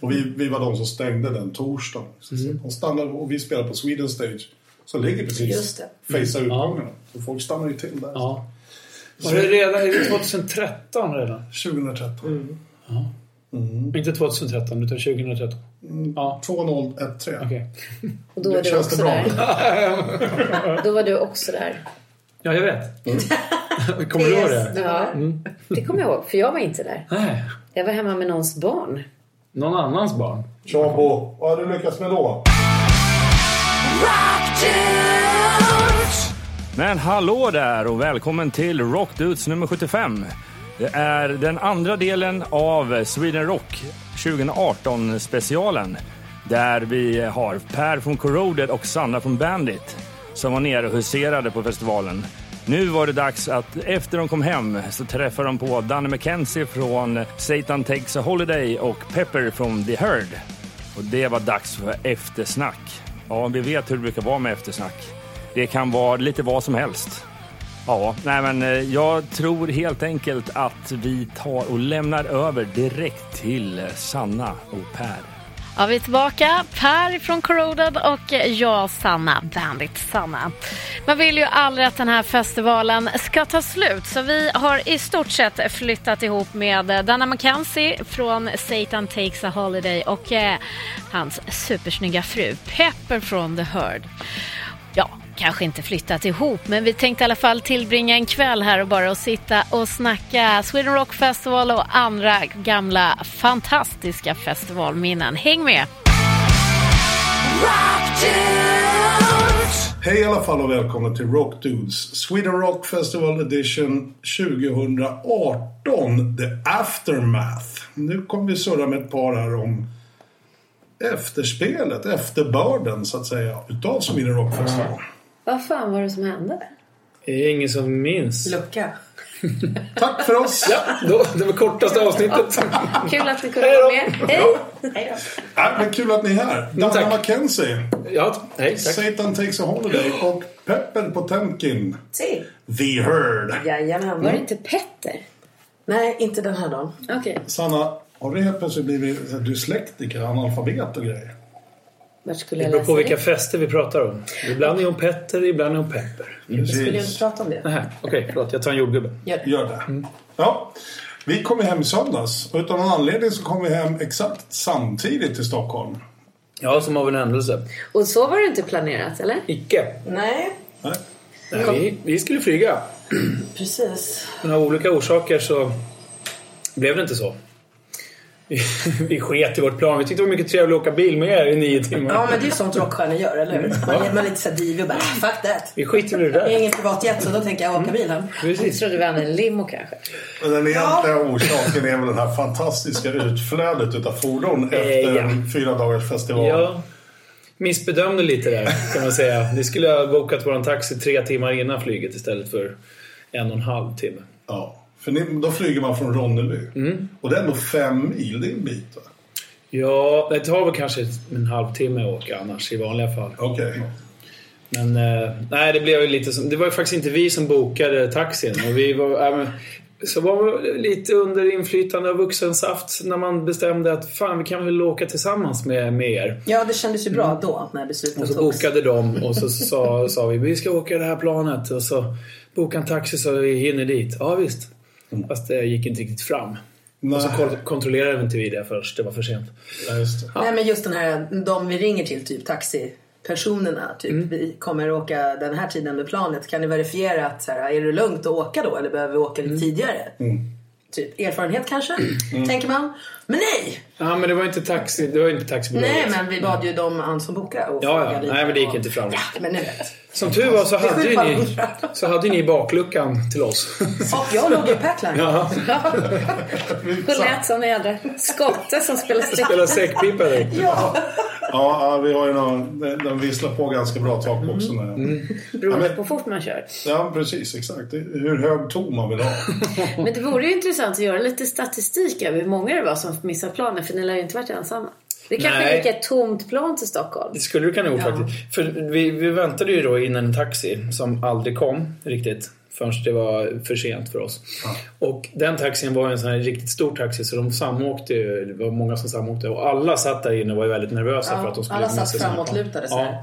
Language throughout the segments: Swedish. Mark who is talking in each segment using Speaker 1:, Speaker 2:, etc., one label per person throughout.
Speaker 1: Och vi, vi var de som stängde den torsdagen. Mm. De stannade, och vi spelade på Sweden Stage. Så ligger precis
Speaker 2: Just det.
Speaker 1: face ut
Speaker 3: Mm. Ja.
Speaker 1: gångerna. Så folk stannar ju till där.
Speaker 3: Ja. Var det redan, är det 2013 redan?
Speaker 1: 2013.
Speaker 3: Mm. Inte 2013 utan 2013. Ja,
Speaker 1: 2013.
Speaker 3: okej.
Speaker 2: Och då
Speaker 1: Det
Speaker 2: var du
Speaker 1: känns
Speaker 2: också
Speaker 1: det bra.
Speaker 2: där. Då var du också där.
Speaker 3: Ja, jag vet. Kommer du ihåg det?
Speaker 2: Ja, det kommer jag ihåg. För jag var inte där.
Speaker 3: Nej,
Speaker 2: Jag var hemma med någons barn.
Speaker 3: någon annans barn.
Speaker 1: Tjabo, vad har du lyckats med då?
Speaker 4: Men hallå där och välkommen till Rockdudes nummer 75. Det är den andra delen av Sweden Rock 2018 specialen. Där vi har Per från Corroded och Sanna från Bandit som var nere och huserade på festivalen. Nu var det dags att efter de kom hem så träffade de på Danny McKenzie från Satan Takes a Holiday och Pepper från The Herd. Och det var dags för eftersnack. Ja, vi vet hur det brukar vara med eftersnack. Det kan vara lite vad som helst. Ja, nej men eh, jag tror helt enkelt att vi tar och lämnar över direkt till eh, Sanna och Per.
Speaker 5: Ja, vi är tillbaka. Per från Corroded och jag, Sanna. Bandit Sanna. Man vill ju aldrig att den här festivalen ska ta slut så vi har i stort sett flyttat ihop med eh, Dana McKenzie från Satan Takes a Holiday och eh, hans supersnygga fru Pepper från The Herd. Ja, kanske inte flyttat ihop, men vi tänkte i alla fall tillbringa en kväll här och bara och sitta och snacka Sweden Rock Festival och andra gamla fantastiska festivalminnen. Häng med!
Speaker 1: Hej i alla fall och välkomna till Rock Dudes Sweden Rock Festival Edition 2018 The Aftermath. Nu kommer vi surra med ett par här om efterspelet, efterbörden så att säga, utav Sweden Rock Festival.
Speaker 2: Vad fan var det som hände?
Speaker 3: Det är ingen som minns.
Speaker 6: Lucka.
Speaker 1: Tack för oss!
Speaker 3: Då, det var kortaste avsnittet.
Speaker 2: Kul att ni kunde vara med. Hej!
Speaker 1: Äh, men kul att ni är här! Danna
Speaker 3: tack.
Speaker 1: McKenzie,
Speaker 3: Ja, nej, tack.
Speaker 1: Satan Takes a Holiday och Pepper Potemkin,
Speaker 6: Till.
Speaker 1: The Herd.
Speaker 6: Jajamän.
Speaker 2: Var det inte Petter?
Speaker 6: Nej, inte den här dagen.
Speaker 2: Okej.
Speaker 1: Sanna, har du helt plötsligt blivit dyslektiker, analfabet och grejer?
Speaker 2: Vart skulle
Speaker 3: Det
Speaker 2: jag
Speaker 3: beror på
Speaker 2: läsa
Speaker 3: vilka
Speaker 2: det?
Speaker 3: fester vi pratar om. Ibland är hon Petter, ibland är hon Pepper.
Speaker 6: Vi skulle ju inte prata om det.
Speaker 3: Nej, okej, förlåt. Jag tar en jordgubbe.
Speaker 1: Gör det.
Speaker 3: Mm.
Speaker 1: Ja. Vi kom ju hem i söndags och utav någon anledning så kom vi hem exakt samtidigt till Stockholm.
Speaker 3: Ja, som av en händelse.
Speaker 2: Och så var det inte planerat, eller?
Speaker 3: Icke.
Speaker 6: Nej,
Speaker 1: Nej.
Speaker 3: Nej, vi, vi skulle flyga.
Speaker 6: precis.
Speaker 3: Men av olika orsaker så blev det inte så. Vi, vi sket i vårt plan. Vi tyckte det var mycket trevligt att åka bil med er i nio timmar.
Speaker 6: Ja, men det är ju sånt rockstjärnor gör, eller hur? Man är man är lite såhär divig och bara "Ah, fuck that.
Speaker 3: Vi skiter i det
Speaker 6: Jag är
Speaker 3: där.
Speaker 6: ingen privatjet så då tänker jag åka bilen.
Speaker 2: Jag
Speaker 3: Precis.
Speaker 2: trodde vi hade en limo kanske.
Speaker 1: Och Den egentliga orsaken är väl det här fantastiska utflödet utav fordon efter
Speaker 3: Eh, ja.
Speaker 1: en fyra dagars festival.
Speaker 3: Jag missbedömde lite där kan man säga. Vi skulle ha bokat vår taxi tre timmar innan flyget istället för en och en halv timme.
Speaker 1: Ja. För ni, då flyger man från Ronneby. Och det är ändå fem mil, det är en bit va?
Speaker 3: Ja, det tar väl kanske en halvtimme att åka annars i vanliga fall.
Speaker 1: Okej.
Speaker 3: Men eh, nej, det blev ju lite som, Det var ju faktiskt inte vi som bokade taxin. Och vi var, äh, men, så var man lite under inflytande av vuxensaft när man bestämde att fan, vi kan väl åka tillsammans med, med er.
Speaker 6: Ja, det kändes ju bra då när beslutet
Speaker 3: Och så
Speaker 6: togs.
Speaker 3: bokade de och så sa, sa vi vi ska åka det här planet och så boka en taxi så vi hinner dit. Ja visst. Fast det gick inte riktigt fram.
Speaker 1: Nej,
Speaker 3: Och så kol- kontrollerade inte vi det först, det var för sent.
Speaker 1: ja, just det.
Speaker 6: Nej, men just den här, de vi ringer till, typ taxipersonerna. Typ,
Speaker 3: Mm.
Speaker 6: vi kommer åka den här tiden med planet. Kan ni verifiera att så här, är det lugnt att åka då eller behöver vi åka
Speaker 3: Mm.
Speaker 6: lite tidigare? Typ erfarenhet kanske, tänker man. Men nej!
Speaker 3: Ja men det var inte taxi, det var inte taxibolaget.
Speaker 6: Nej, men vi bad ju dem han som bokade och
Speaker 3: Mm. Ja, ja.
Speaker 6: frågade
Speaker 3: Nej, men det gick
Speaker 6: om-
Speaker 3: inte fram.
Speaker 6: Ja, men nu vet.
Speaker 3: Som tur var så hade, ju ni,
Speaker 6: skyller på
Speaker 3: så hade ju ni bakluckan till oss.
Speaker 6: Och jag låg i packline.
Speaker 3: Ja,
Speaker 2: Hon lät som en jädra skotte som spelade streck.
Speaker 3: spela säckpipa där.
Speaker 1: Ja, ja, vi har ju någon, den den visslar på ganska bra takboxen där.
Speaker 2: Beroende på hur fort man kör.
Speaker 1: Ja, precis. Exakt. Det- Hur hög ton man vill ha.
Speaker 2: Men det vore ju intressant att göra lite statistik över hur många det var som missade planen. För ni lär ju inte varit ensamma. Det kanske
Speaker 3: Nej.
Speaker 2: gick ett tomt plan till Stockholm.
Speaker 3: Det skulle du kunna ihop faktiskt. För vi, vi väntade ju då in en taxi som aldrig kom riktigt. förrän det var för sent för oss. Och den taxin var ju en sån här riktigt stor taxi så de samåkte ju, det var många som samåkte och alla satt där inne och var ju väldigt nervösa
Speaker 6: Ja,
Speaker 3: för att de skulle
Speaker 6: alla satt
Speaker 3: missa sina plan.
Speaker 6: framåtlutade så här.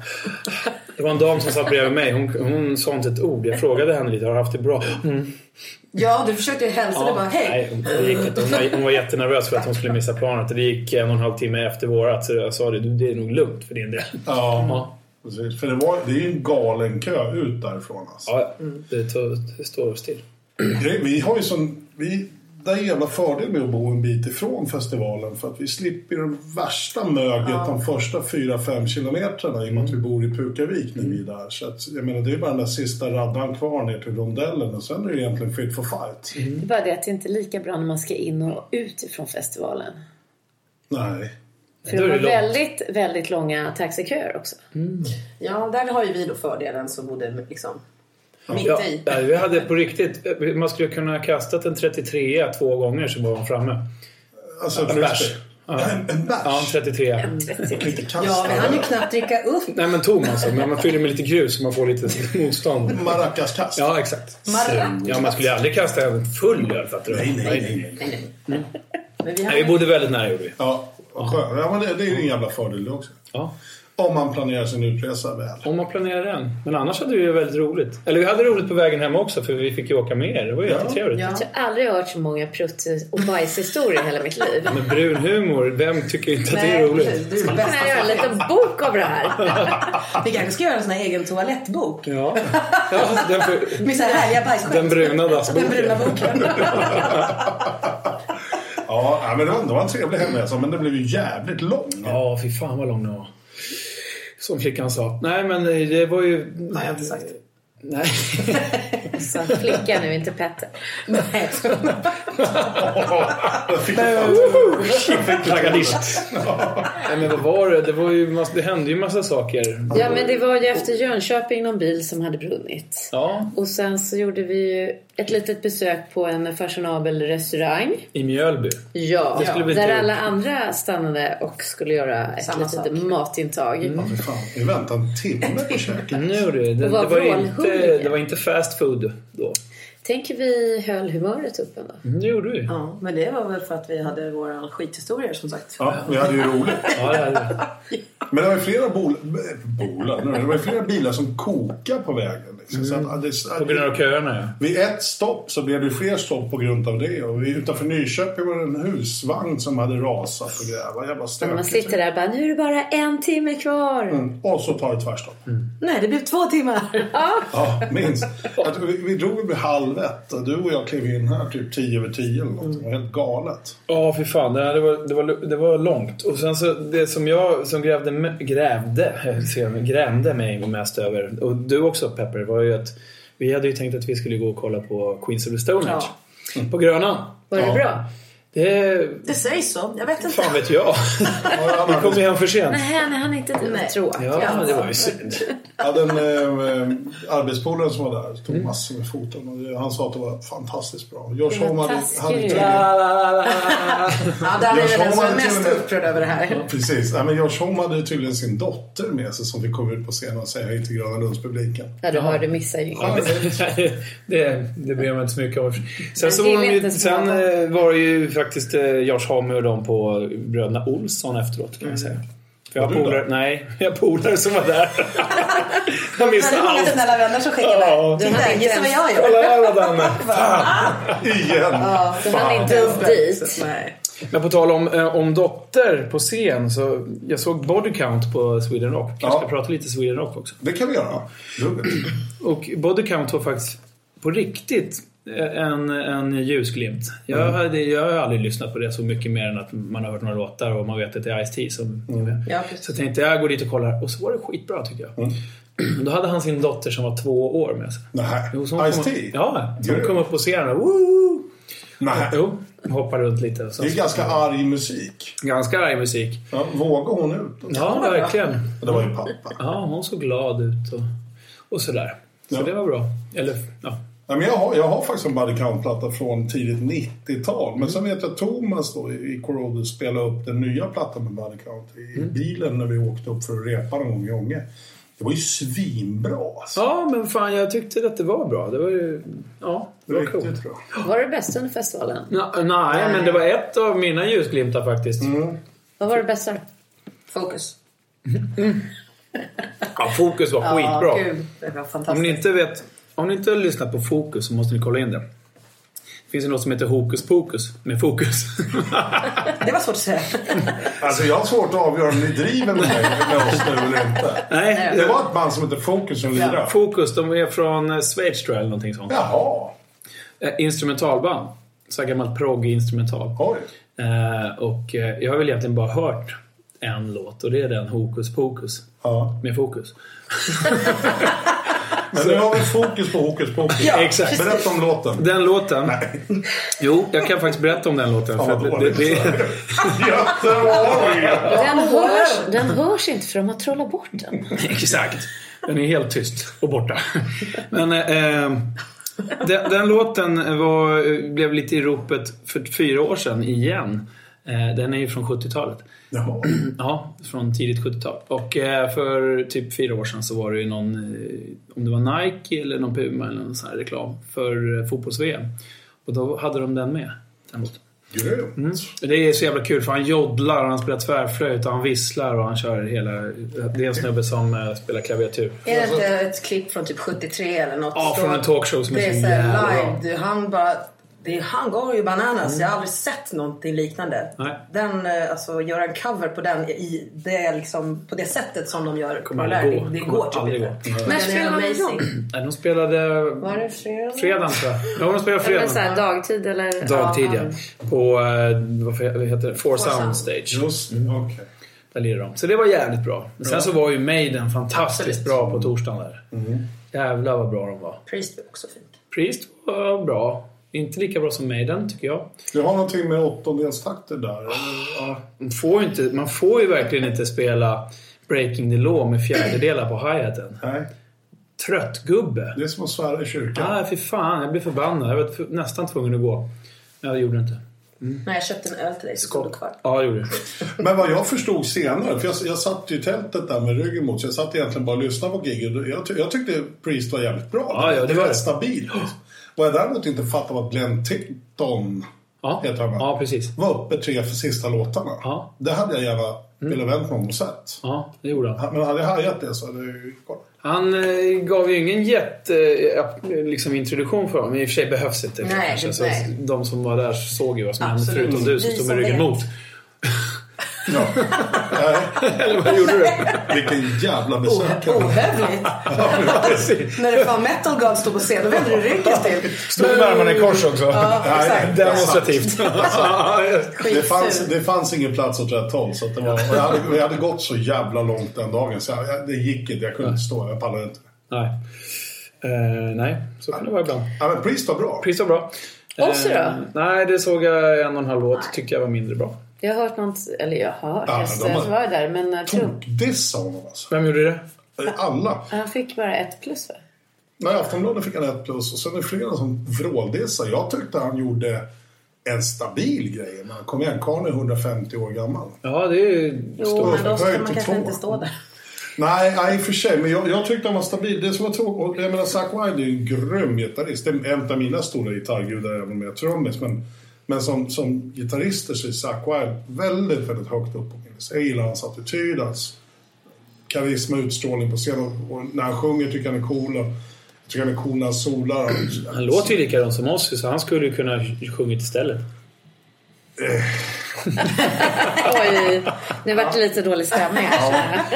Speaker 3: ja. Det var en dam som satt bredvid mig, hon, hon sa inte ett ord. Jag frågade henne lite, har du haft det bra? Mm.
Speaker 6: Ja, du försökte ju hälsa. det bara, hej.
Speaker 3: Nej, det gick inte. Hon, var, hon var jättenervös för att hon skulle missa planet. Det gick en och en halv timme efter vårat så jag sa det, du, det är nog lugnt för din del.
Speaker 1: Ja, precis. För det, var, det är ju en galen kö ut därifrån. Alltså.
Speaker 3: Ja, det, tog, det står still.
Speaker 1: Grej- Vi har ju sån... Vi, det är en jävla fördel med att bo en bit ifrån festivalen för att vi slipper det värsta möget de första 4-5 kilometrarna i och med att vi bor i Pukavik när vi är där. Så att, jag menar, det är bara den där sista raddan kvar ner till rondellen och sen är det egentligen fit for fight.
Speaker 3: Mm.
Speaker 2: Det är bara det att det inte är lika bra när man ska in och ut ifrån festivalen.
Speaker 1: Nej.
Speaker 2: För det
Speaker 3: Då är
Speaker 2: var
Speaker 3: det långt.
Speaker 2: väldigt, väldigt långa taxiköer också.
Speaker 6: Ja, där har ju vi då fördelen som bodde liksom mitt
Speaker 3: Ja,
Speaker 6: i.
Speaker 3: nej, vi hade på riktigt, man skulle kunna ha kastat en 33 två gånger så var hon framme.
Speaker 1: Alltså,
Speaker 3: En bärs.
Speaker 1: Ja. En, en bärs?
Speaker 3: Ja, en 33.
Speaker 1: Jag kan inte kasta
Speaker 6: Ja, vi hann ju
Speaker 1: den.
Speaker 6: knappt dricka upp.
Speaker 3: Nej men tom alltså, men man fyller med lite grus så man får lite motstånd.
Speaker 1: Maracaskast.
Speaker 3: Ja, exakt.
Speaker 6: Marra.
Speaker 3: Ja, man skulle ju aldrig kasta en full öl fattar du?
Speaker 1: Nej, nej, nej. nej.
Speaker 6: Men vi
Speaker 3: Mm. Nej, vi
Speaker 6: hann...
Speaker 3: bodde väldigt nära gjorde vi.
Speaker 1: Ja, vad skönt. Ja, men det, det är ju en jävla fördel det också.
Speaker 3: Ja.
Speaker 1: Om man planerar sin utresa väl.
Speaker 3: Om man planerar den. Men annars hade vi ju väldigt roligt. Eller vi hade roligt på vägen hem också för vi fick ju åka med er. Det var ju
Speaker 1: Ja.
Speaker 3: jättetrevligt.
Speaker 6: Ja.
Speaker 2: Jag har aldrig hört så många prutt och bajshistorier i hela mitt liv.
Speaker 3: Men brun humor, vem tycker inte att det är
Speaker 6: Nej,
Speaker 3: roligt?
Speaker 6: precis. Det är det
Speaker 2: Kan
Speaker 3: Alltså,
Speaker 2: jag göra en
Speaker 6: bästa.
Speaker 2: liten bok av det här?
Speaker 6: Vi kanske ska göra en sån här egen toalettbok.
Speaker 3: Ja. ja den, för,
Speaker 6: Med så här härliga bajsskämt.
Speaker 3: den bruna
Speaker 6: Den bruna
Speaker 3: dassboken.
Speaker 6: boken.
Speaker 1: Ja, ja, men det var, det var en trevlig hemresa, men den blev ju jävligt lång.
Speaker 3: Ja, fy fan vad lång den var. Som flickan sa. Nej, men det var ju...
Speaker 6: Nej, jag har inte sagt.
Speaker 3: Nej.
Speaker 2: Så Alltså, flicka nu, inte Petter.
Speaker 6: Nej.
Speaker 1: Jag fick fan-
Speaker 3: Flaggadist. Nej, men vad var det? Det, var ju massa, det hände ju massa saker.
Speaker 2: Ja, men det var ju efter Jönköping någon bil som hade brunnit.
Speaker 3: Ja,
Speaker 2: Och sen så gjorde vi ju ett litet besök på en fashionabel restaurang.
Speaker 3: i Mjölby.
Speaker 2: Ja,
Speaker 3: skulle bli
Speaker 2: där
Speaker 3: kul.
Speaker 2: alla andra stannade och skulle göra ett
Speaker 6: Samma
Speaker 2: litet
Speaker 6: sak.
Speaker 2: matintag.
Speaker 3: Mm.
Speaker 1: Fy fan, Vi väntade en timme på käket.
Speaker 3: Nu du, det, det,
Speaker 2: Och var
Speaker 3: var inte,
Speaker 2: vrålhungriga.
Speaker 3: det var inte fast food då.
Speaker 2: Tänk vi höll humöret uppe ändå.
Speaker 3: Det gjorde vi.
Speaker 6: Ja, men det var väl för att vi hade våra skithistorier som sagt.
Speaker 1: Ja, vi hade ju roligt.
Speaker 3: Ja, det hade vi.
Speaker 1: Men det var ju flera bol, b- bolar, nu, det var ju flera bilar som kokade på vägen. Liksom. Så att, det,
Speaker 3: På grund av köerna, ja.
Speaker 1: Vid ett stopp så blev det fler stopp på grund av det. Och vi- utanför Nyköping var det en husvagn som hade rasat och gräva. Jävla
Speaker 2: När man
Speaker 1: stökigt.
Speaker 2: sitter där och bara, nu är det bara en timme kvar.
Speaker 1: Mm, Och så tar det tvärstopp.
Speaker 6: Nej, det blev två timmar.
Speaker 1: Ja, minst. Att vi, vi drog vid halv ett och du och jag klev in här typ tio över tio eller något. Det var helt galet.
Speaker 3: Ja, fy fan. Det, här, det, var, det, var, det var långt. Och sen så, det som jag som grävde, me- grävde, ser jag, grämde mig mest över, och du också Pepper, var ju att vi hade ju tänkt att vi skulle gå och kolla på Queens of the Stone Age. Mm. På Grönan.
Speaker 2: Var det bra?
Speaker 3: Det...
Speaker 6: Det sägs så. Jag vet inte.
Speaker 3: Fan vet jag. Vi kom ju hem för sent.
Speaker 2: Nej, nej han är inte det.
Speaker 6: Nej.
Speaker 2: Tråkigt.
Speaker 3: Ja, men det var ju synd.
Speaker 1: Jag hade en eh, eh, arbetspolare som var där. Tog massor med foton. Och det- han sa att det var fantastiskt bra. Josh
Speaker 2: Det var
Speaker 1: Holm hade,
Speaker 2: taskigt.
Speaker 1: hade till
Speaker 2: Ja.
Speaker 6: Ja, där
Speaker 1: Jag
Speaker 6: är
Speaker 1: sa
Speaker 6: den som är
Speaker 1: det till
Speaker 6: mest
Speaker 1: och med.
Speaker 6: upprörd över det här.
Speaker 1: Precis. Nej, men Josh Holm hade ju tydligen sin dotter med sig som fick komma ut på scenen och säga hej till Gröna Lundspubliken.
Speaker 2: Ja, du hör, du missar ju inget.
Speaker 3: Nej, det, det bryr jag mig inte så mycket om. Sen, så
Speaker 2: det
Speaker 3: var,
Speaker 2: är
Speaker 3: de ju,
Speaker 2: inte så
Speaker 3: sen
Speaker 2: många.
Speaker 3: eh, var det ju faktiskt eh, Lars Hammar och de på Bröderna Olsson efteråt kan
Speaker 2: Mm.
Speaker 3: jag säga. För jag
Speaker 1: Var du
Speaker 3: polare,
Speaker 1: där?
Speaker 3: nej, jag har polare som var där. jag
Speaker 6: Ja, Det
Speaker 3: missade
Speaker 6: är många
Speaker 3: allt.
Speaker 6: snälla vänner som skickar
Speaker 3: Ja.
Speaker 6: där. Titta, gissa vad jag gör.
Speaker 3: Kolla alla Danne.
Speaker 1: Igen!
Speaker 2: Du hann inte ens dit.
Speaker 6: Nej.
Speaker 3: Men på tal om, eh, om dotter på scen så jag såg Body Count på Sweden Rock. Kanske
Speaker 1: Ja.
Speaker 3: ska prata lite Sweden Rock också.
Speaker 1: Det kan vi göra. Dubbelt.
Speaker 3: Och Body Count var faktiskt på riktigt eh, en, en ljusglimt. Jag,
Speaker 1: Mm.
Speaker 3: hade, jag har aldrig lyssnat på det så mycket mer än att man har hört några låtar och man vet att det är Ice-T som är
Speaker 1: Mm.
Speaker 3: med.
Speaker 6: Ja,
Speaker 3: Så
Speaker 6: precis.
Speaker 3: jag tänkte jag går dit och kollar och så var det skitbra tycker jag.
Speaker 1: Mm.
Speaker 3: Men Då hade han sin dotter som var två år med sig.
Speaker 1: Nej.
Speaker 3: Jo, så hon kom-
Speaker 1: Ice-T?
Speaker 3: Ja, så hon
Speaker 1: Gör
Speaker 3: kom upp på scenen och woo!
Speaker 1: Nej.
Speaker 3: Jo, hoppade runt lite. Och så.
Speaker 1: Det är ganska arg musik.
Speaker 3: Ganska arg musik.
Speaker 1: Ja, vågar hon ut?
Speaker 3: Ja, verkligen.
Speaker 1: Ja, Det var ju pappa.
Speaker 3: Ja, hon såg glad ut och, och sådär. Så
Speaker 1: Ja.
Speaker 3: det var bra. Eller, ja.
Speaker 1: Ja, men jag, har, jag har faktiskt en body count-platta från tidigt 90-tal. Men sen vet jag Thomas då, i i Corroded
Speaker 3: Mm.
Speaker 1: spelade upp den nya plattan med body count i bilen när vi åkte upp för att repa någon gång i Ånge. Det var ju svinbra alltså.
Speaker 3: Ja, men fan jag tyckte att det var bra. Det var ju... Ja, det var coolt.
Speaker 1: Riktigt bra.
Speaker 2: Var det bästa under festivalen?
Speaker 3: Nå- nej, men det var ett av mina ljusglimtar faktiskt.
Speaker 1: Mm.
Speaker 2: Vad var det bästa då?
Speaker 6: Fokus.
Speaker 3: Ja, Fokus var
Speaker 6: Ja,
Speaker 3: skitbra.
Speaker 6: gud, det var
Speaker 3: Om
Speaker 6: fantastiskt.
Speaker 3: ni inte vet, om ni inte har lyssnat på Fokus så måste ni kolla in det. Det finns ju något som heter Hokus Pokus med Fokus.
Speaker 6: Det var svårt att säga.
Speaker 1: Alltså jag har svårt att avgöra om ni driver med, mig, med oss nu eller inte.
Speaker 3: Nej,
Speaker 1: Det var ett band som hette Focus som lirade.
Speaker 3: Fokus, de är från eh, Schweiz tror jag eller någonting sånt.
Speaker 1: Jaha,
Speaker 3: Eh, Instrumentalband. Så här gammalt progg-instrumental.
Speaker 1: oj.
Speaker 3: Eh, och eh, jag har väl egentligen bara hört en låt och det är den Hokus Pokus.
Speaker 1: Ja.
Speaker 3: Med fokus.
Speaker 1: Men nu har vi fokus på Hokus Pokus.
Speaker 3: Ja, exakt.
Speaker 1: Berätta om låten.
Speaker 3: Den låten. Jo, jag kan faktiskt berätta om den låten.
Speaker 1: Fan,
Speaker 3: för
Speaker 1: vad
Speaker 3: att det, det, det,
Speaker 1: Göteborg!
Speaker 2: Den hörs, den hörs inte för de har trollat bort den.
Speaker 3: Exakt. Den är helt tyst och borta. Men eh, eh, den, den låten var, blev lite i ropet för fyra år sedan igen. Eh, den är ju från 70-talet.
Speaker 1: Jaha.
Speaker 3: Ja, från tidigt 70-tal. Och eh, för typ fyra år sedan så var det ju någon, eh, om det var Nike eller någon Puma eller någon sån här reklam för eh, fotbolls-VM. Och då hade de den med. Den låten.
Speaker 1: Grymt.
Speaker 3: Det är så jävla kul för han joddlar, och han spelar tvärflöjt och han visslar och han kör hela... Det är en snubbe som eh, spelar klaviatur.
Speaker 6: Är det inte ett klipp från typ 73 eller något?
Speaker 3: Ja,
Speaker 6: Så
Speaker 3: från en talkshow som är
Speaker 6: Det är
Speaker 3: så
Speaker 6: såhär
Speaker 3: jävla
Speaker 6: live.
Speaker 3: bra.
Speaker 6: Du, han bara... Det är, han går ju bananas. Jag har aldrig sett någonting liknande.
Speaker 3: Nej.
Speaker 6: Den, eh, alltså göra en cover på den i det liksom, på det sättet som de gör.
Speaker 3: Kommer
Speaker 6: det,
Speaker 3: aldrig gå.
Speaker 6: det
Speaker 3: Kommer
Speaker 6: går typ
Speaker 3: aldrig
Speaker 6: inte.
Speaker 3: gå. Nej.
Speaker 6: Men den är
Speaker 2: spelade de
Speaker 6: amazing.
Speaker 3: Nej, de spelade
Speaker 2: Var det fredag?
Speaker 3: fredagen tror jag. Ja, de spelade
Speaker 2: Eller så
Speaker 3: fredagen.
Speaker 2: här, dagtid eller?
Speaker 3: Dagtid ja.
Speaker 2: Ja.
Speaker 3: På, eh, vad fe- vad heter det? Four Sound Stage.
Speaker 1: Just det, okej.
Speaker 3: Där lirade de. Så det var jävligt bra. Men sen så var ju Maiden fantastiskt bra på torsdagen där. Jävlar vad bra de var.
Speaker 6: Priest var också fint.
Speaker 3: Priest var bra. Inte lika bra som Maiden tycker jag.
Speaker 1: Du har någonting med åttondelstakter där? eller? Ja.
Speaker 3: Man får ju, inte, man får ju verkligen inte spela Breaking the Law med fjärdedelar på hi-haten.
Speaker 1: Nej,
Speaker 3: Trött gubbe.
Speaker 1: det är som att svära i kyrkan.
Speaker 3: Nej, fy fan. Jag blev förbannad. Jag var tv- nästan tvungen att gå. Men jag gjorde det inte.
Speaker 6: Nej, jag köpte en öl till dig så stod det kvar.
Speaker 3: Ja, jag gjorde det.
Speaker 1: Men vad jag förstod senare, för jag, jag satt ju i tältet där med ryggen mot så jag satt egentligen bara och lyssnade på giget. Jag, ty- jag tyckte Priest var jävligt bra.
Speaker 3: Ja, ja, det var
Speaker 1: rätt
Speaker 3: det.
Speaker 1: stabilt. Vad jag däremot inte fattade var att Glenn Tipton
Speaker 3: Ja,
Speaker 1: Heter han, va?
Speaker 3: ja precis.
Speaker 1: var uppe tre för sista låtarna.
Speaker 3: Ja. Mm.
Speaker 1: Det hade jag gärna velat vänt mig om och sett.
Speaker 3: Ja, det gjorde han.
Speaker 1: Men hade jag hajat det så hade jag ju gått.
Speaker 3: Han eh, gav ju ingen jätte eh, app- liksom, introduktion för honom. I och för sig behövs inte.
Speaker 6: Nej,
Speaker 3: kanske. Så
Speaker 6: nej.
Speaker 3: de som var där såg ju vad som hände.
Speaker 6: Absolut.
Speaker 3: Förutom du som
Speaker 6: Vi
Speaker 3: stod
Speaker 6: som
Speaker 3: med ryggen
Speaker 6: vet.
Speaker 3: mot.
Speaker 1: Ja.
Speaker 3: Eller vad gjorde du? Oh,
Speaker 1: Vilken jävla besökare.
Speaker 6: Ohövligt! När det fan metal god står på scen, då vänder du ryggen till.
Speaker 4: Stod med armarna i kors också.
Speaker 6: Ja, exakt.
Speaker 3: Demonstrativt.
Speaker 1: Det
Speaker 6: Skitsur.
Speaker 1: fanns, det fanns ingen plats åt rätt håll. Så att det var, och jag, hade, jag hade gått så jävla långt den dagen. Så jag, jag, det gick inte. Jag kunde inte stå. Jag pallade inte.
Speaker 3: nej. Eh, nej, så kan det vara ibland.
Speaker 1: Ja, men Priest var bra.
Speaker 3: Pris var bra.
Speaker 2: Ozzy då?
Speaker 3: Eh, nej, det såg jag en och en halv låt. Tyckte jag var mindre bra.
Speaker 2: Jag har hört något, eller jag har hört,
Speaker 1: Ja,
Speaker 2: jag
Speaker 1: de har-
Speaker 2: stöd- var där men eh, jag tror,
Speaker 1: Tokdissade honom alltså.
Speaker 3: Vem gjorde det?
Speaker 1: Alla.
Speaker 2: han fick bara ett plus va?
Speaker 1: Nej, i Aftonbladet fick han ett plus. Och sen är det flera som vråldissar. Jag tyckte han gjorde en stabil grej. Men kom igen, karln är 150 år gammal.
Speaker 3: Ja, det är ju
Speaker 6: Jo, men då ska
Speaker 1: Höjd
Speaker 6: man
Speaker 1: till
Speaker 6: kanske
Speaker 1: två.
Speaker 6: inte stå där.
Speaker 1: Nej, nej i och för sig. Men jag, jag tyckte han var stabil. Det som var tråkigt. och Jag menar, Zack Wilde är ju en grym gitarrist. Det är en av mina stora gitarrgudar, även om jag är trummis. Men, men som, som gitarrister så är Zack Wilde väldigt, väldigt högt upp på min lista. Jag gillar hans attityd, hans karisma och utstrålning på scen. Och, och när han sjunger tycker jag han är cool. Och, jag tycker han är cool när han solar. Han,
Speaker 3: Han låter ju likadan som Ozzy, så han skulle ju kunna sjungit istället.
Speaker 2: Oj, nu vart det lite dålig stämning här.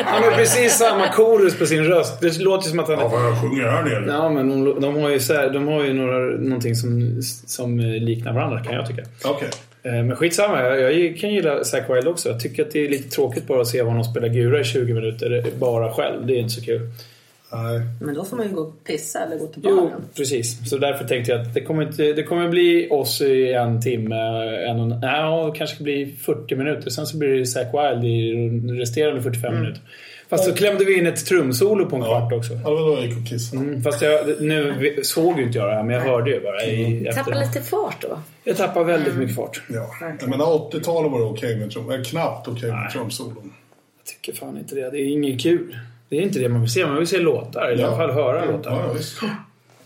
Speaker 3: Han har precis samma korus på sin röst. Det låter ju som att han...
Speaker 1: Ja, vad jag sjunger här nere.
Speaker 3: Ja, men de, de har ju, så här, de har ju några, någonting som, som eh, liknar varandra kan jag tycka.
Speaker 1: Okej.
Speaker 3: Eh, Men skitsamma, jag, jag kan gilla Zack Wilde också. Jag tycker att det är lite tråkigt bara att se honom spela gura i 20 minuter bara själv. Det är inte så kul.
Speaker 1: Nej.
Speaker 6: Men då får man ju gå och pissa eller gå till
Speaker 3: Jo,
Speaker 6: baren.
Speaker 3: precis. Så därför tänkte jag att det kommer, inte, det kommer bli oss i en timme. En, och en, ja, det kanske blir 40 minuter. Sen så blir det Zack Wilde i resterande 45 minuter. Fast så klämde vi in ett trumsolo på en kvart också.
Speaker 1: Ja, det var då jag gick och kissade.
Speaker 3: Mm, Fast jag, nu såg ju inte jag det här, men jag hörde ju bara i
Speaker 2: Tappa
Speaker 3: efterhand.
Speaker 2: lite fart då.
Speaker 3: Jag tappade väldigt mycket fart.
Speaker 1: Ja. Jag menar, 80-talet var det okej med trum... eh, Knappt okej med trumsolon.
Speaker 3: Jag tycker fan inte det. Det är inget kul. Det Det är inte det man vill se. Man vill se låtar. Eller i
Speaker 1: Ja. Mm.
Speaker 3: alla fall höra låtar.
Speaker 1: Ja, ja, visst.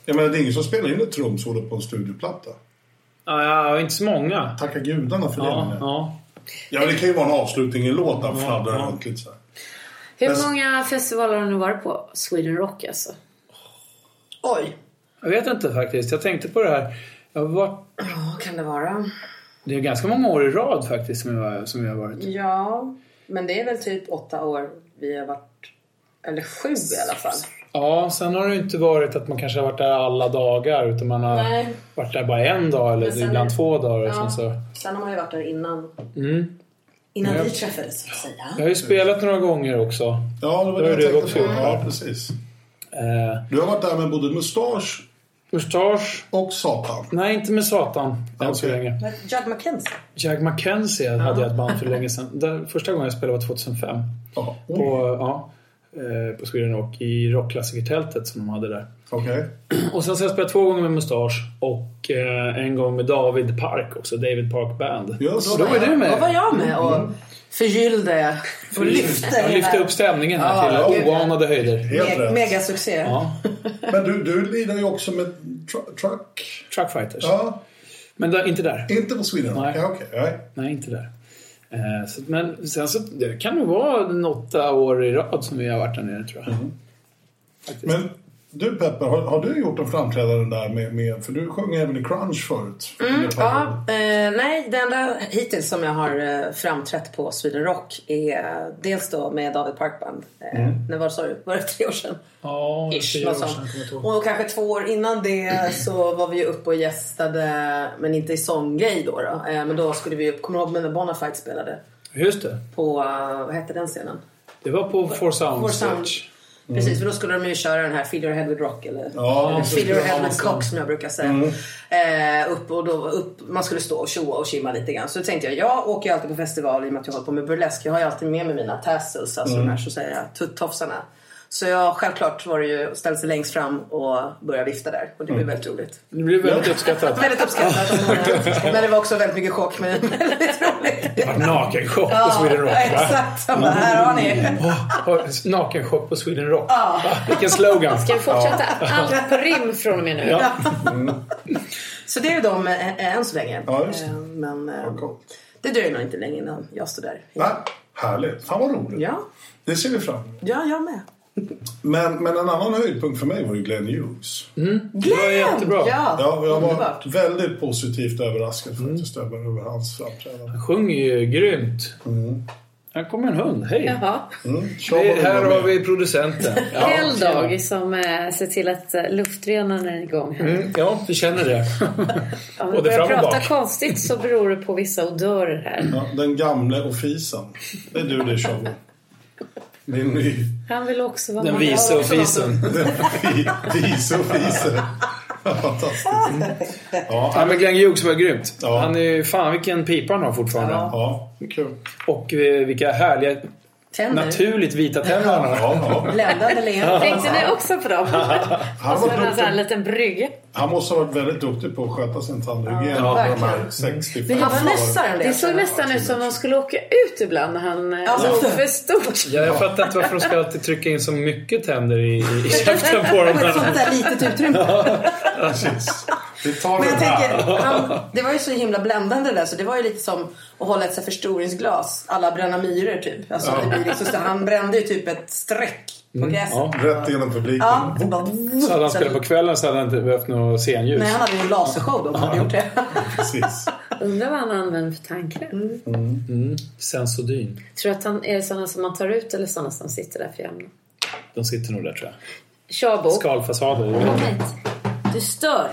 Speaker 1: Jag menar, det är ingen som spelar in ett trumsolo på en studioplatta.
Speaker 3: Ja, ja, inte så många.
Speaker 1: Tacka gudarna för det.
Speaker 3: Ja,
Speaker 1: menar jag.
Speaker 3: ja.
Speaker 1: Ja, men det kan ju vara en avslutning i en låt där fladdrar
Speaker 3: ja.
Speaker 1: runt lite så här.
Speaker 2: Hur
Speaker 1: Men-
Speaker 2: många festivaler har ni varit på? Sweden Rock alltså.
Speaker 6: Oj.
Speaker 3: Jag vet inte faktiskt. Jag tänkte på det här. Jag har varit,
Speaker 6: Ja, kan det vara?
Speaker 3: det är ganska många år i rad faktiskt som jag, som jag har varit.
Speaker 6: Ja, men det är väl typ åtta år vi har varit... Eller sju i alla fall.
Speaker 3: Ja, sen har det ju inte varit att man kanske har varit där alla dagar utan man har
Speaker 6: Nej.
Speaker 3: varit där bara en dag eller
Speaker 6: Men sen
Speaker 3: ibland
Speaker 6: är-
Speaker 3: två dagar. Och
Speaker 6: Ja.
Speaker 3: sen så.
Speaker 6: Sen har man ju varit där innan.
Speaker 3: Mm.
Speaker 6: Innan
Speaker 3: Ja.
Speaker 6: vi träffades, så att säga.
Speaker 3: Jag har ju spelat några gånger också.
Speaker 1: Ja, det var
Speaker 3: Då
Speaker 1: det
Speaker 3: är
Speaker 1: jag
Speaker 3: det
Speaker 1: tänkte
Speaker 3: gått
Speaker 1: på.
Speaker 3: fel.
Speaker 1: Ja, precis.
Speaker 3: Eh,
Speaker 1: Du har varit där med både mustasch
Speaker 3: mustasch?
Speaker 1: och satan.
Speaker 3: Nej, inte med Satan än så
Speaker 1: Okej.
Speaker 3: länge.
Speaker 6: Men Judd McKenzie.
Speaker 3: Jack Mackenzie hade jag ett band för länge sedan. Där, första gången jag spelade var 2005.
Speaker 1: Ja.
Speaker 3: På,
Speaker 1: Okej.
Speaker 6: Mm.
Speaker 3: ja, eh, på Sweden Rock i rockklassikertältet som de hade där. Och sen så har jag spelat två gånger med Mustasch och eh, en gång med David Park också, David Park Band.
Speaker 1: Just
Speaker 3: Då var du
Speaker 6: Då var
Speaker 3: med.
Speaker 6: jag med och förgyllde och lyfte
Speaker 3: Jag lyfte
Speaker 6: hela-
Speaker 3: upp stämningen här
Speaker 6: Ja,
Speaker 3: till
Speaker 6: gud, ja.
Speaker 3: oanade höjder.
Speaker 1: Helt
Speaker 6: Me-
Speaker 1: rätt.
Speaker 6: Megasuccé.
Speaker 3: Ja,
Speaker 1: Men du, du lirar ju också med tr- truck.
Speaker 3: Truckfighters.
Speaker 1: Ja,
Speaker 3: Men där, inte där.
Speaker 1: inte på Sweden Rock.
Speaker 3: Nej.
Speaker 1: Ja, okej. Nej.
Speaker 3: Nej, inte där. Eh, så, men sen så det kan nog vara en åtta år i rad som vi har varit där nere tror jag. Faktiskt.
Speaker 1: Men du Pepper, har, har du gjort en framträdande där med, med... För du sjöng även i Crunch förut. Mm,
Speaker 6: Ja, eh, nej, det enda hittills som jag har eh, framträtt på Sweden Rock är eh, dels då med David Parkband. Eh, När var, sa du? Var det tre år sedan?
Speaker 3: Ja,
Speaker 6: Ish,
Speaker 3: fyra Mm. år
Speaker 6: något sånt.
Speaker 3: sedan, kommer jag ihåg.
Speaker 6: Och kanske två år innan det så var vi ju uppe och gästade, men inte i sånggrej då. då. Eh, Men då skulle vi upp, kommer du ihåg när Bonafide spelade?
Speaker 3: Just det.
Speaker 6: På, eh, vad hette den scenen?
Speaker 3: Det var på Four Sound.
Speaker 6: Four Sound. Precis, för då skulle de ju köra den här Fill your head with rock eller
Speaker 1: Ja,
Speaker 3: så
Speaker 6: Fill
Speaker 3: skulle
Speaker 6: your
Speaker 3: de ha
Speaker 6: head
Speaker 3: någon
Speaker 6: with
Speaker 3: sån.
Speaker 6: cock som jag brukar säga. Eh, upp och då, upp, man skulle stå och tjoa och kimma lite grann. Så tänkte jag, jag åker ju alltid på festival i och med att jag håller på med burlesk. Jag har ju alltid med mig mina tassels, alltså de här så att säga tuttofsarna. Så jag självklart var det ju ställde sig längst fram och började vifta där. Och det blev väldigt roligt.
Speaker 3: Det blev väldigt uppskattat.
Speaker 6: Väldigt uppskattat. eh, Men det var också väldigt mycket chock. Men väldigt roligt.
Speaker 3: Det var Nakenchock på Sweden Rock va?
Speaker 6: exakt. Jag bara, Här har
Speaker 3: Mm.
Speaker 6: ni.
Speaker 3: Åh, Nakenchock på Sweden Rock. Va? Vilken slogan.
Speaker 2: Ska vi fortsätta allt på rim från och med nu?
Speaker 3: Ja.
Speaker 6: Så det är ju de eh, än så länge.
Speaker 1: Ja, just det.
Speaker 6: Eh, Men eh,
Speaker 1: Vad coolt.
Speaker 6: det dröjer nog inte länge innan jag står där.
Speaker 1: Va? Härligt. Fan vad roligt.
Speaker 6: Ja,
Speaker 1: Det ser vi fram emot.
Speaker 6: ja jag med.
Speaker 1: Men, men en annan höjdpunkt för mig var ju Glenn Hughes.
Speaker 3: Det var jättebra.
Speaker 6: Ja,
Speaker 1: Ja, jag var
Speaker 6: underbart. Mm.
Speaker 1: väldigt positivt överraskad faktiskt över, över hans framträdande.
Speaker 3: Han sjunger ju grymt. Här kommer en hund. Hej.
Speaker 2: Jaha.
Speaker 1: Mm. Kör
Speaker 3: Det,
Speaker 1: vad du
Speaker 3: här
Speaker 1: var med.
Speaker 3: har vi producenten. Ja,
Speaker 2: Heldag som eh, ser till att eh, luftrenaren är igång. här.
Speaker 3: Mm, ja, vi känner det.
Speaker 2: Om vi
Speaker 3: både
Speaker 2: börjar
Speaker 3: fram och
Speaker 2: prata
Speaker 3: bak.
Speaker 2: konstigt så beror det på vissa odörer här.
Speaker 1: Ja, den gamle och fisen. Det är du det showen. Det är ny.
Speaker 2: Han vill också vara
Speaker 3: Den
Speaker 2: med.
Speaker 3: vise och fisen.
Speaker 1: Fise och fise. Fantastiskt.
Speaker 3: Ja, men Glenn Hughes var grymt.
Speaker 1: Ja.
Speaker 3: Han är ju, fan vilken pipa han har fortfarande.
Speaker 6: Ja.
Speaker 1: Ja, kul.
Speaker 3: Och eh, vilka härliga,
Speaker 6: Tänder.
Speaker 3: naturligt vita tänder han har.
Speaker 1: Ja, ja.
Speaker 6: Bländande leende.
Speaker 2: Tänkte ni också på dem?
Speaker 1: Han,
Speaker 2: Som
Speaker 1: var
Speaker 2: en sån här
Speaker 1: duktig.
Speaker 2: liten brygga.
Speaker 1: han måste ha varit väldigt duktig på att sköta sin tandhygien.
Speaker 3: Ja,
Speaker 1: under de här
Speaker 6: verkligen.
Speaker 1: 65
Speaker 6: Jag var
Speaker 1: åren.
Speaker 6: nästan en del.
Speaker 2: Det såg nästan ut som de skulle åka ut ibland när han eh,
Speaker 6: Ja.
Speaker 2: låg för stort.
Speaker 3: Ja, jag fattar inte varför de ska alltid trycka in så mycket tänder i, i käften på dem.
Speaker 6: På ett sånt där litet utrymme.
Speaker 1: Precis. Vi tar
Speaker 6: Men
Speaker 1: den
Speaker 6: jag
Speaker 1: här.
Speaker 6: tänker, han, det var ju så himla bländande det där så det var ju lite som att hålla ett så här förstoringsglas alla bränna myror typ. Alltså, det blir liksom, så här, han brände ju typ ett streck på gräset.
Speaker 3: Mm, ja.
Speaker 1: Rätt genom publiken.
Speaker 6: Ja, det bara-
Speaker 3: Så hade han spelat på kvällen så hade han inte behövt något scenljus.
Speaker 6: Nej, han hade ju en lasershow då om han hade gjort det.
Speaker 1: Precis.
Speaker 2: Undrar vad han använder för tandkräm.
Speaker 3: Sensodyn.
Speaker 2: Tror du att han är sådana som man tar ut eller sådana som sitter där för jämna?
Speaker 3: De sitter nog där tror jag.
Speaker 2: Tjabo,
Speaker 3: Skalfasader.
Speaker 2: kom hit. Du stör.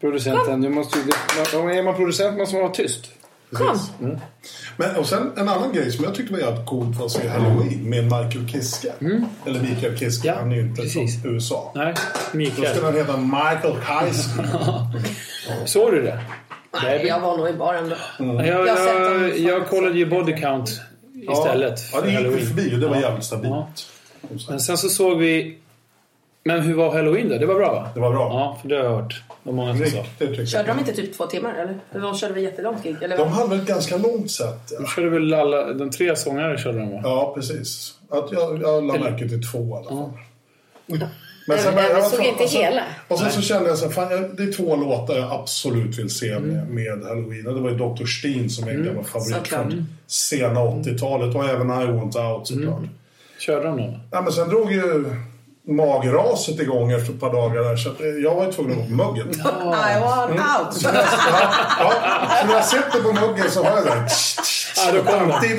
Speaker 3: Producenten, du måste ju... Om är man producent måste man vara tyst.
Speaker 2: Kom.
Speaker 1: Men, och sen en annan grej som jag tyckte var jävligt coolt var att se Halloween med Michael Kiske. Eller Michael Kiske,
Speaker 3: Mm. Ja,
Speaker 1: han är ju inte
Speaker 3: precis.
Speaker 1: från USA.
Speaker 3: Nej,
Speaker 1: Då
Speaker 3: Mikael.
Speaker 1: skulle han heta Michael Kiske.
Speaker 3: Såg du det? Mm.
Speaker 6: Nej, jag var nog i baren då.
Speaker 3: Jag,
Speaker 6: Jag har sett dem
Speaker 3: jag,
Speaker 6: faktiskt.
Speaker 3: jag kollade ju body count istället
Speaker 1: Ja,
Speaker 3: för
Speaker 1: det gick vi
Speaker 3: Halloween.
Speaker 1: förbi och det var jävligt stabilt.
Speaker 3: Men sen så såg vi Men hur var halloween då? Det var bra va?
Speaker 1: Det var bra.
Speaker 3: Ja, för det har jag hört. Det var många som sa.
Speaker 1: Riktigt tycker
Speaker 6: Körde
Speaker 1: jag.
Speaker 6: de inte typ två timmar eller? Eller De körde väl jättelångt gig? Eller?
Speaker 1: De hade väl ett ganska långt set.
Speaker 3: De körde väl alla... De tre sångare körde de va?
Speaker 1: Ja, precis. Att jag, jag la märke till två i alla fall. Men
Speaker 2: men jag
Speaker 1: var
Speaker 2: såg inte
Speaker 1: och sen,
Speaker 2: hela.
Speaker 1: Och sen så kände jag så här, fan, jag, det är två låtar jag absolut vill se
Speaker 2: Mm.
Speaker 1: med, med Halloween. Och Det var ju Dr. Steen som är en gammal favorit
Speaker 6: Såklart.
Speaker 2: Mm.
Speaker 1: från sena 80-talet och även I Want Out såklart.
Speaker 3: Körde de dem?
Speaker 1: Nej, men sen drog ju magraset igång efter ett par dagar där så att eh, jag var ju tvungen att gå på muggen.
Speaker 6: I want out!
Speaker 3: Mm.
Speaker 1: Ja, så när jag sitter på muggen så hör jag den.
Speaker 3: Ja, då kom den.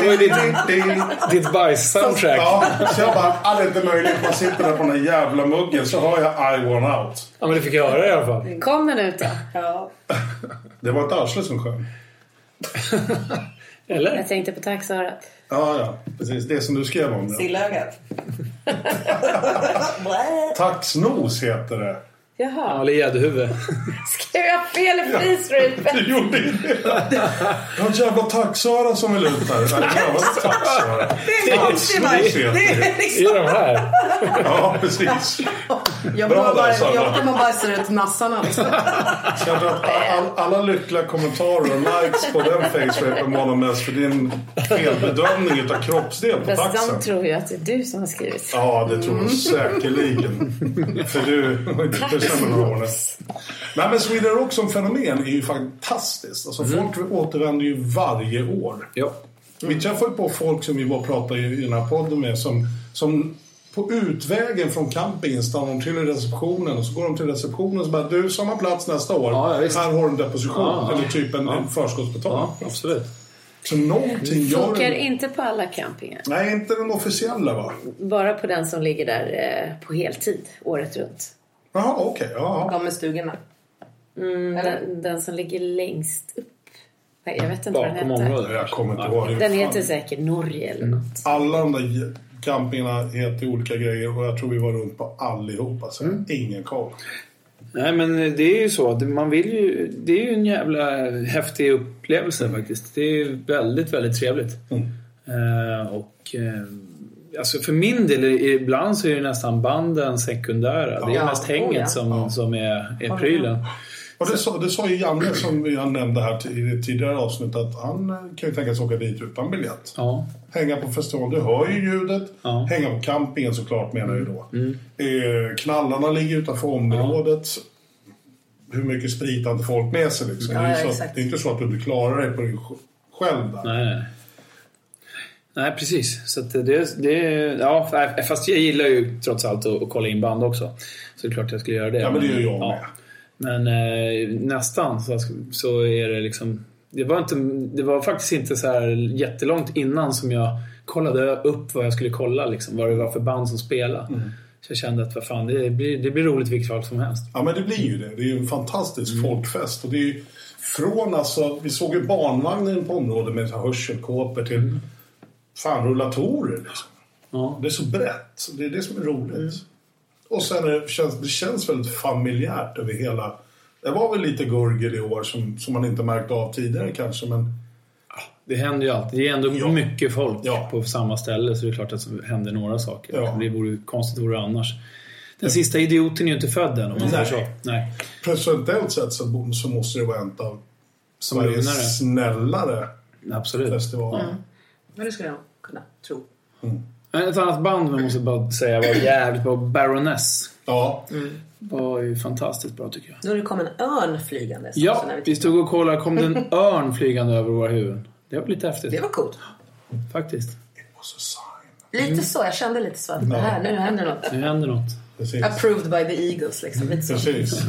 Speaker 3: Det var ju ditt, ditt bajs-soundtrack.
Speaker 1: Ja, så jag bara, "Ah, det är inte möjligt. Man sitter där på den här jävla muggen så hör jag I want out.
Speaker 3: Ja, men det fick jag höra i alla fall.
Speaker 2: Kom den ut då?
Speaker 6: Ja.
Speaker 1: Det var inte arslet som sjöng.
Speaker 3: Eller?
Speaker 2: Jag tänkte på taxörat.
Speaker 1: Ja, ja, precis. Det som du skrev om. Det.
Speaker 6: Sillögat.
Speaker 1: Taxnos heter det.
Speaker 3: Ja,
Speaker 2: Jaha.
Speaker 3: eller gäddhuvud.
Speaker 2: Skrev jag fel i freeze
Speaker 1: Du gjorde inte det. Det var en jävla taxöra som vill ut här. Nej, det var en taxöra.
Speaker 6: Det är konstigt va?
Speaker 1: Taxnos
Speaker 6: Det
Speaker 1: heter det.
Speaker 6: är liksom...
Speaker 3: I de här.
Speaker 1: Ja, precis.
Speaker 6: Jag
Speaker 1: Bra
Speaker 6: bara,
Speaker 1: där, Sanna.
Speaker 6: jag kommer bara se ut nassarna. liksom.
Speaker 1: Jag tror att all, alla lyckliga kommentarer och likes på den Facebooken var nog mest för din felbedömning utav kroppsdel på
Speaker 2: Fast
Speaker 1: taxen.
Speaker 2: de tror ju att det är du som har skrivit.
Speaker 1: Ja, det tror jag
Speaker 2: Mm.
Speaker 1: säkerligen. För du har inte bestämt några år nu. Nej, men Sweden Rock som fenomen är ju fantastiskt. Alltså, Folk återvänder ju varje år.
Speaker 3: Mm. Ja.
Speaker 1: Vi träffar ju på folk som vi var och pratade i, i den här podden med som, som på utvägen från campingen stannar de till i receptionen och så går de till receptionen och så bara du, samma plats nästa år.
Speaker 3: Ja, ja, visst.
Speaker 1: här har du en deposition
Speaker 3: Ja, ja.
Speaker 1: eller typ en, en förskottsbetalning.
Speaker 3: Ja, absolut.
Speaker 1: Så någonting gör
Speaker 2: Funkar
Speaker 1: det.
Speaker 2: inte på alla campingar.
Speaker 1: Nej, inte den officiella va?
Speaker 2: Bara på den som ligger där eh, på heltid året runt.
Speaker 1: Jaha, okej. ja.
Speaker 6: De med stugorna.
Speaker 3: Mm.
Speaker 6: Eller?
Speaker 2: Den, den som ligger längst upp. Nej, jag vet inte vad den
Speaker 3: Bakom
Speaker 2: heter.
Speaker 3: området. Mm.
Speaker 1: Jag kommer inte ihåg.
Speaker 2: Den
Speaker 1: Fan.
Speaker 2: heter säkert Norge eller något.
Speaker 1: Alla de där campingarna heter olika grejer och jag tror vi var runt på allihopa. Så jag
Speaker 3: Mm.
Speaker 1: har ingen koll.
Speaker 3: Nej, men det är ju så. att Man vill ju, det är ju en jävla häftig upplevelse faktiskt. Det är ju väldigt, väldigt trevligt.
Speaker 6: Mm.
Speaker 3: Eh, och, eh, alltså för min del, är- ibland så är det nästan banden sekundära. Det är
Speaker 1: Ja.
Speaker 3: mest hänget
Speaker 6: Oh, ja.
Speaker 3: som, som är, är prylen.
Speaker 1: Och det sa, det sa ju Janne som jag nämnde här ti- i det tidigare avsnitt att han eh, kan ju tänkas åka dit utan biljett.
Speaker 3: Ja.
Speaker 1: Hänga på festival, du hör ju ljudet.
Speaker 3: Ja. Mm.
Speaker 1: Hänga på campingen såklart menar jag ju då. Eh, knallarna ligger utanför området. Hur mycket sprit hade folk med sig liksom?
Speaker 6: Ja,
Speaker 1: det, är ju så,
Speaker 6: ja,
Speaker 1: att-
Speaker 6: exakt.
Speaker 1: det är inte så att du klarar dig på dig sj- själv där.
Speaker 3: Nej, nej. Nej, precis. Så att det, det, ja, fast jag gillar ju trots allt att, att kolla in band också. Så det är klart jag skulle göra det.
Speaker 1: Ja, men det gör jag
Speaker 3: ja.
Speaker 1: med.
Speaker 3: Men eh, nästan så, så är det liksom... Det var, inte, det var faktiskt inte så här jättelångt innan som jag kollade upp vad jag skulle kolla. Liksom, vad det var för band som spelade.
Speaker 1: Mm.
Speaker 3: Så jag kände att vad fan, det blir, det blir roligt vilket fall som helst.
Speaker 1: Ja, men det blir ju det. Det är ju en fantastisk folkfest. Och det är ju från alltså, vi såg ju barnvagnen på området med så här hörselkåpor till fan rullatorer liksom.
Speaker 3: Ja.
Speaker 1: Det är så brett. Det är det som är roligt. Och sen är det, känns, det känns väldigt familjärt över hela... Det var väl lite gurgel i år som, som man inte märkt av tidigare kanske, men
Speaker 3: Det händer ju alltid. Det är ändå
Speaker 1: Ja.
Speaker 3: mycket folk
Speaker 1: Ja.
Speaker 3: på samma ställe så det är klart att det händer några saker.
Speaker 1: Ja.
Speaker 3: Det vore ju konstigt vore det annars. Den sista idioten är ju inte född än om man säger
Speaker 1: Nej.
Speaker 3: så. Nej.
Speaker 1: procentuellt sett så, så måste det vara en av
Speaker 3: lugnare.
Speaker 1: Sveriges snällare
Speaker 3: Absolut.
Speaker 1: festivaler.
Speaker 6: Men det skulle jag kunna tro.
Speaker 3: Men Ett annat band man måste bara säga var jävligt bra. Baroness.
Speaker 1: Ja,
Speaker 3: Var ju fantastiskt bra tycker jag.
Speaker 6: Nu har det kommit en örn flygande. så-
Speaker 3: Ja,
Speaker 6: så när vi-
Speaker 3: vi stod och kollade. Kom det en örn flygande över våra huvuden? Det var lite häftigt
Speaker 6: Det var coolt.
Speaker 3: faktiskt.
Speaker 1: och så sign.
Speaker 6: Lite så, jag kände lite så att det här, nu händer något.
Speaker 3: Nu händer något.
Speaker 1: Precis.
Speaker 6: Approved by the Eagles liksom. Lite så.
Speaker 1: Precis.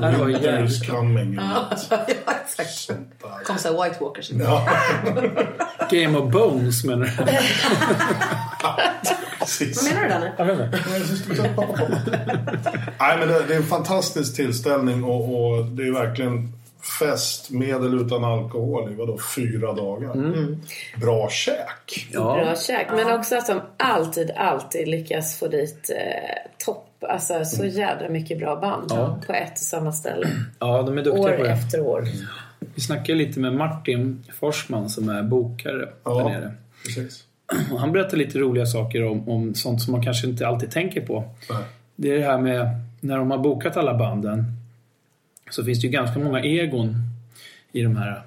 Speaker 3: Det var
Speaker 1: Winter
Speaker 3: jävligt.
Speaker 1: is coming.
Speaker 6: ja, exakt.
Speaker 1: Sånt där.
Speaker 6: Kom så här White Walkers.
Speaker 1: Ja,
Speaker 3: Game of Bones menar du?
Speaker 6: Vad
Speaker 1: precis.
Speaker 6: menar du Danne?
Speaker 3: Jag vet inte.
Speaker 1: Nej, men det, det är en fantastisk tillställning och, och det är verkligen fest med eller utan alkohol i vadå, fyra dagar.
Speaker 3: Mm.
Speaker 6: Mm.
Speaker 1: Bra käk.
Speaker 3: Ja.
Speaker 2: Bra käk. Men också att de alltid, alltid lyckas få dit eh, topp. Alltså så
Speaker 3: Mm.
Speaker 2: jädra mycket bra band på ett och samma ställe.
Speaker 3: ja, de är duktiga på
Speaker 2: År
Speaker 3: det.
Speaker 2: efter år.
Speaker 3: Vi snackade lite med Martin Forsman som är bokare
Speaker 1: Ja.
Speaker 3: där nere.
Speaker 1: Precis.
Speaker 3: Och han berättar lite roliga saker om, om sånt som man kanske inte alltid tänker på.
Speaker 1: Nej.
Speaker 3: Det är det här med när de har bokat alla banden så finns det ju ganska många egon i de här.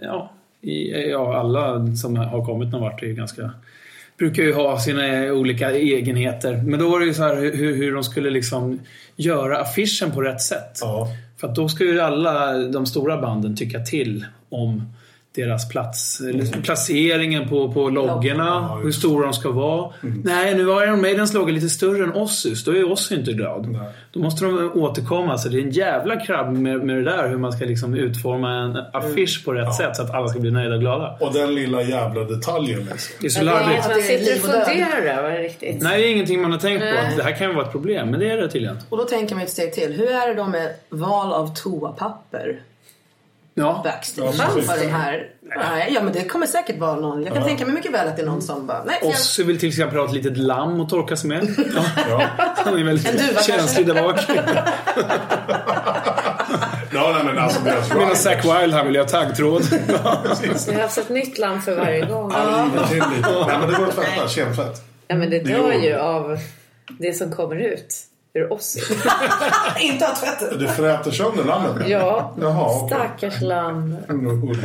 Speaker 3: Ja, i, ja alla som har kommit någon vart är ju ganska brukar ju ha sina olika egenheter. Men då var det ju så här hur, hur de skulle liksom göra affischen på rätt sätt.
Speaker 1: Ja.
Speaker 3: För att då ska ju alla de stora banden tycka till om deras plats, eller placeringen på, på loggorna, hur stora de ska vara. Nej, nu var Iron Maidens logga lite större än Ossis, då är Ossi inte glad.
Speaker 1: Nej.
Speaker 3: Då måste de återkomma, så det är en jävla krabb med, med det där hur man ska liksom utforma en affisch på rätt sätt så att alla ska bli nöjda och glada.
Speaker 1: Och den lilla jävla detaljen liksom.
Speaker 3: Det är så
Speaker 2: Det är
Speaker 3: larvigt.
Speaker 2: att man sitter och funderar över det riktigt.
Speaker 3: Nej, det är ingenting man har tänkt på. Det här kan ju vara ett problem, men det är det tydligen.
Speaker 6: Och då tänker man ett steg till. Hur är det då med val av toapapper?
Speaker 3: Ja.
Speaker 6: Backstage.
Speaker 1: Ja, precis.
Speaker 6: Vad det här? Nej, ja men det kommer säkert vara någon. Jag kan tänka mig mycket väl att det är någon som bara, nej, jag-
Speaker 3: Ossi vill till exempel ha ett litet lamm att torka sig med. Ja.
Speaker 1: Ja.
Speaker 3: Han är
Speaker 6: En duva
Speaker 3: väldigt
Speaker 6: kanske.
Speaker 3: känslig där bak.
Speaker 1: ja, nej men alltså deras
Speaker 3: Medan
Speaker 1: ride.
Speaker 3: Zack Wilde här vill jag ha taggtråd.
Speaker 2: Det behövs ett nytt land för varje gång.
Speaker 1: River till lite. Nej men det går att tvätta, kemtvätt.
Speaker 2: Ja, men det dör
Speaker 1: Jo.
Speaker 2: ju av det som kommer ut ur oss.
Speaker 6: inte ha tvätten.
Speaker 1: Du fräter sönder lammet?
Speaker 2: Ja,
Speaker 1: Jaha, okej. Mm,
Speaker 2: stackars lamm.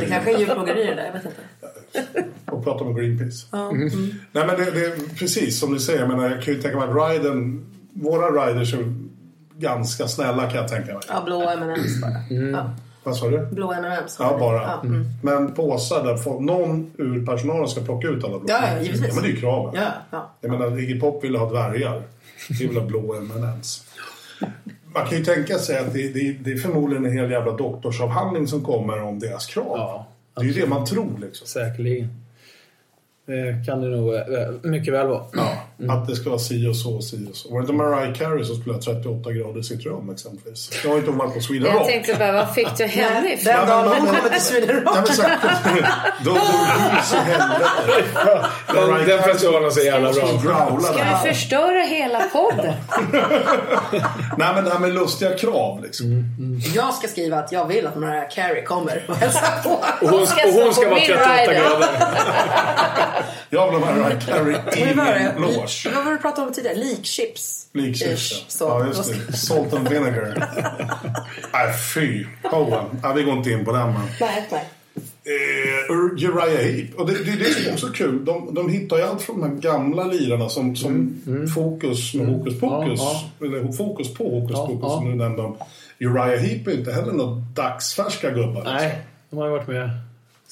Speaker 6: Det kanske är djurplågeri det där, jag vet inte.
Speaker 1: och prata med Greenpeace.
Speaker 6: Mm.
Speaker 1: Nej, men det, det är precis som du säger. Jag, menar, jag kan ju tänka mig att riden, våra riders är ganska snälla kan jag tänka mig.
Speaker 6: Ja, blå M&M's bara. Ja,
Speaker 1: Vad sa du?
Speaker 6: blå M&M's.
Speaker 1: Ja, bara.
Speaker 6: Ja, mm.
Speaker 1: Men påsar där folk, någon ur personalen ska plocka ut alla blommor.
Speaker 6: Ja, ja, givetvis.
Speaker 1: men det är ju kravet.
Speaker 6: ja, ja.
Speaker 1: Jag menar, Iggy Pop ville ha dvärgar. Vi vill ha blå M&M's. Man kan ju tänka sig att det, det, det är förmodligen en hel jävla doktorsavhandling som kommer om deras krav.
Speaker 3: Ja,
Speaker 1: det är ju det man tror liksom.
Speaker 3: Säkerligen. Det kan det nog eh, mycket väl vara.
Speaker 1: Att det ska vara si och så och si och så. Var det inte Mariah Carey som skulle ha 38 grader i sitt rum exempelvis? Jag har inte hon varit på Sweden
Speaker 2: Jag
Speaker 1: Rock.
Speaker 2: tänkte bara, vad fick du henne
Speaker 6: Nej,
Speaker 2: ifrån?
Speaker 6: Den dagen hon kommer till Sweden
Speaker 1: Ja,
Speaker 6: Rock.
Speaker 1: men så- Då går det hus i helvete.
Speaker 3: Den, den festivalen är så jävla bra.
Speaker 1: Och growlar
Speaker 2: Ska
Speaker 1: där.
Speaker 2: du förstöra hela podden?
Speaker 1: Nej men det här med lustiga krav liksom.
Speaker 3: Mm.
Speaker 6: Jag ska skriva att jag vill att Mariah Carey kommer och hälsar på.
Speaker 3: Och hon,
Speaker 2: ska
Speaker 3: och hon
Speaker 2: stå
Speaker 3: ska
Speaker 2: på
Speaker 3: vara
Speaker 2: min
Speaker 3: 38
Speaker 2: rider.
Speaker 3: grader.
Speaker 1: Jag vill ha Mariah Carey i
Speaker 6: Hur var det?
Speaker 1: min loge.
Speaker 6: Vad var det du pratade om tidigare? Likchips? Ish,
Speaker 1: Likchips.
Speaker 6: Så.
Speaker 1: Ja, just det. Salt and vinegar. Nej, fy. Powen. Nej, vi går inte in på den. Men.
Speaker 6: Nej, nej.
Speaker 1: Eh, Ur- Uriah Heep. Och det, det, det är också kul. De, de hittar ju allt från de här gamla lirarna som, som fokus med hokus pokus.
Speaker 3: Mm, Ja,
Speaker 1: Eller fokus på hokus
Speaker 3: Ja,
Speaker 1: pokus
Speaker 3: ja.
Speaker 1: som du nämnde. om. Uriah Heep är inte heller några dagsfärska gubbar.
Speaker 3: Nej, de har ju varit med.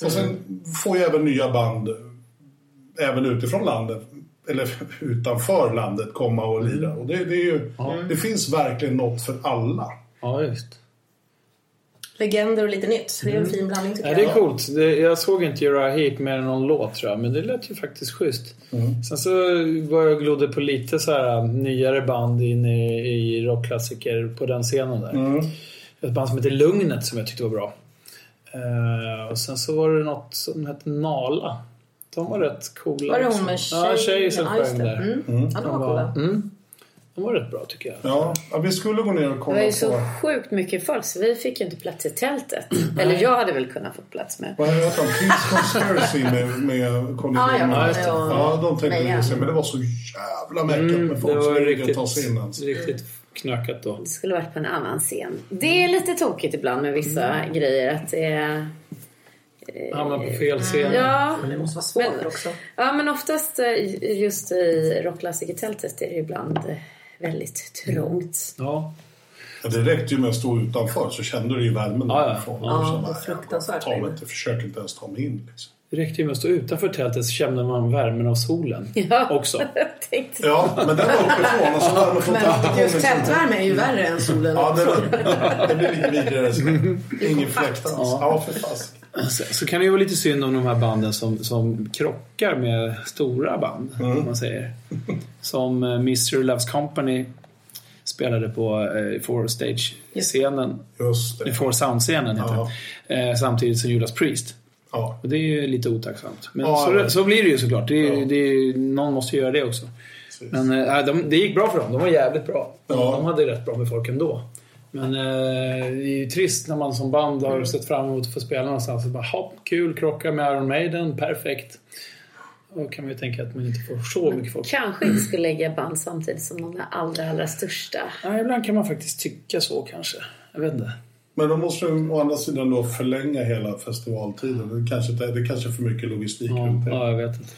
Speaker 1: Och sen får ju även nya band även utifrån landet eller utanför landet komma och lira. Och det, det, är ju, det finns verkligen något för alla.
Speaker 3: Ja, just.
Speaker 6: Legender och lite nytt. Mm. Det är en fin blandning tycker
Speaker 3: Ja, det är
Speaker 6: jag.
Speaker 3: coolt. Det, jag såg inte Uriah Heep mer än någon låt tror jag, men det lät ju faktiskt schysst.
Speaker 1: Mm.
Speaker 3: Sen så var jag och glodde på lite så här um, nyare band inne i, i rockklassiker på den scenen där.
Speaker 1: Mm.
Speaker 3: Ett band som heter Lugnet som jag tyckte var bra. Eh, och sen så var det något som hette Nala. De var rätt coola
Speaker 6: Var det
Speaker 3: också.
Speaker 6: hon med tjejen?
Speaker 3: Ja, tjej som
Speaker 6: Ja, just
Speaker 3: sjöng
Speaker 6: det.
Speaker 3: där.
Speaker 6: Mm. Ja, de var
Speaker 3: De, var,
Speaker 6: coola.
Speaker 3: mm, de var rätt bra tycker jag.
Speaker 1: Ja, ja, vi skulle gå ner och
Speaker 2: Det
Speaker 1: kolla
Speaker 2: var ju
Speaker 1: på...
Speaker 2: så sjukt mycket folk så vi fick ju inte plats i tältet. Eller jag hade väl kunnat få plats med.
Speaker 1: Vad heter han? Kings Conspiracy med, med Conny
Speaker 6: Ja, ja,
Speaker 1: Blomman.
Speaker 6: men-
Speaker 3: just det.
Speaker 6: och-
Speaker 1: Ja, de tänkte
Speaker 6: Mejan. Mm,
Speaker 1: vi se, men det var så jävla mäckat med
Speaker 3: Mm, det
Speaker 1: folk som
Speaker 3: var
Speaker 1: ville
Speaker 3: riktigt,
Speaker 1: ta sig in alltså. ens.
Speaker 3: riktigt knökat då.
Speaker 2: Det skulle varit på en annan scen. Det är lite tokigt ibland med vissa
Speaker 6: Mm.
Speaker 2: grejer att det är...
Speaker 3: Hamnar på
Speaker 6: Mm.
Speaker 3: fel scen.
Speaker 2: Ja,
Speaker 6: Men det måste vara svårt
Speaker 2: Men-
Speaker 6: också.
Speaker 2: ja men oftast eh, just i rockklassikertältet är det ibland eh, väldigt trångt.
Speaker 3: Ja.
Speaker 1: Ja, Det räckte ju med att stå utanför så kände du ju värmen
Speaker 3: Ja, ja.
Speaker 1: därifrån.
Speaker 3: Ja,
Speaker 1: Och så
Speaker 6: det är
Speaker 1: bara,
Speaker 6: fruktansvärt.
Speaker 1: Ta mig inte, försök inte ens ta mig in. Liksom.
Speaker 3: Det räckte ju med att stå utanför tältet så kände man värmen av solen
Speaker 2: Ja.
Speaker 3: också.
Speaker 2: Mm. Jag tänkte
Speaker 1: Ja, men den var uppifrån och så värme från liksom.
Speaker 6: Men
Speaker 1: tältet.
Speaker 6: just tältvärme är ju värre än solen.
Speaker 1: Ja, det, det blir lite vidrigare. så.
Speaker 3: Mm.
Speaker 1: Ingen fläkt alls. Ja, för fasiken.
Speaker 3: Så, så kan det ju vara lite synd om de här banden som, som krockar med stora band.
Speaker 1: Mm.
Speaker 3: Om man säger. Som eh, Mystery Loves Company spelade på eh, Four Stage-scenen.
Speaker 1: Just det.
Speaker 3: Four Sound-scenen heter
Speaker 1: Ja.
Speaker 3: den. Eh, samtidigt som Judas Priest.
Speaker 1: Ja.
Speaker 3: Och det är ju lite otacksamt. Men
Speaker 1: Ja,
Speaker 3: så,
Speaker 1: ja.
Speaker 3: så blir det ju såklart. Det är,
Speaker 1: Ja.
Speaker 3: det är, någon måste ju göra det också.
Speaker 1: Precis.
Speaker 3: Men eh, de, det gick bra för dem. De var jävligt bra.
Speaker 1: Ja.
Speaker 3: De hade rätt bra med folk ändå. Men eh, det är ju trist när man som band har sett fram emot att få spela någonstans. Och bara, hopp, kul, krocka med Iron Maiden, perfekt. Då kan man ju tänka att man inte får så mycket folk.
Speaker 2: Kanske inte skulle lägga band samtidigt som de där allra, allra största.
Speaker 3: Ja, ibland kan man faktiskt tycka så kanske. Jag vet inte.
Speaker 1: Men då måste du å andra sidan då förlänga hela festivaltiden. Det kanske, det är kanske är för mycket logistik
Speaker 3: Ja,
Speaker 1: runt det.
Speaker 3: ja jag vet inte.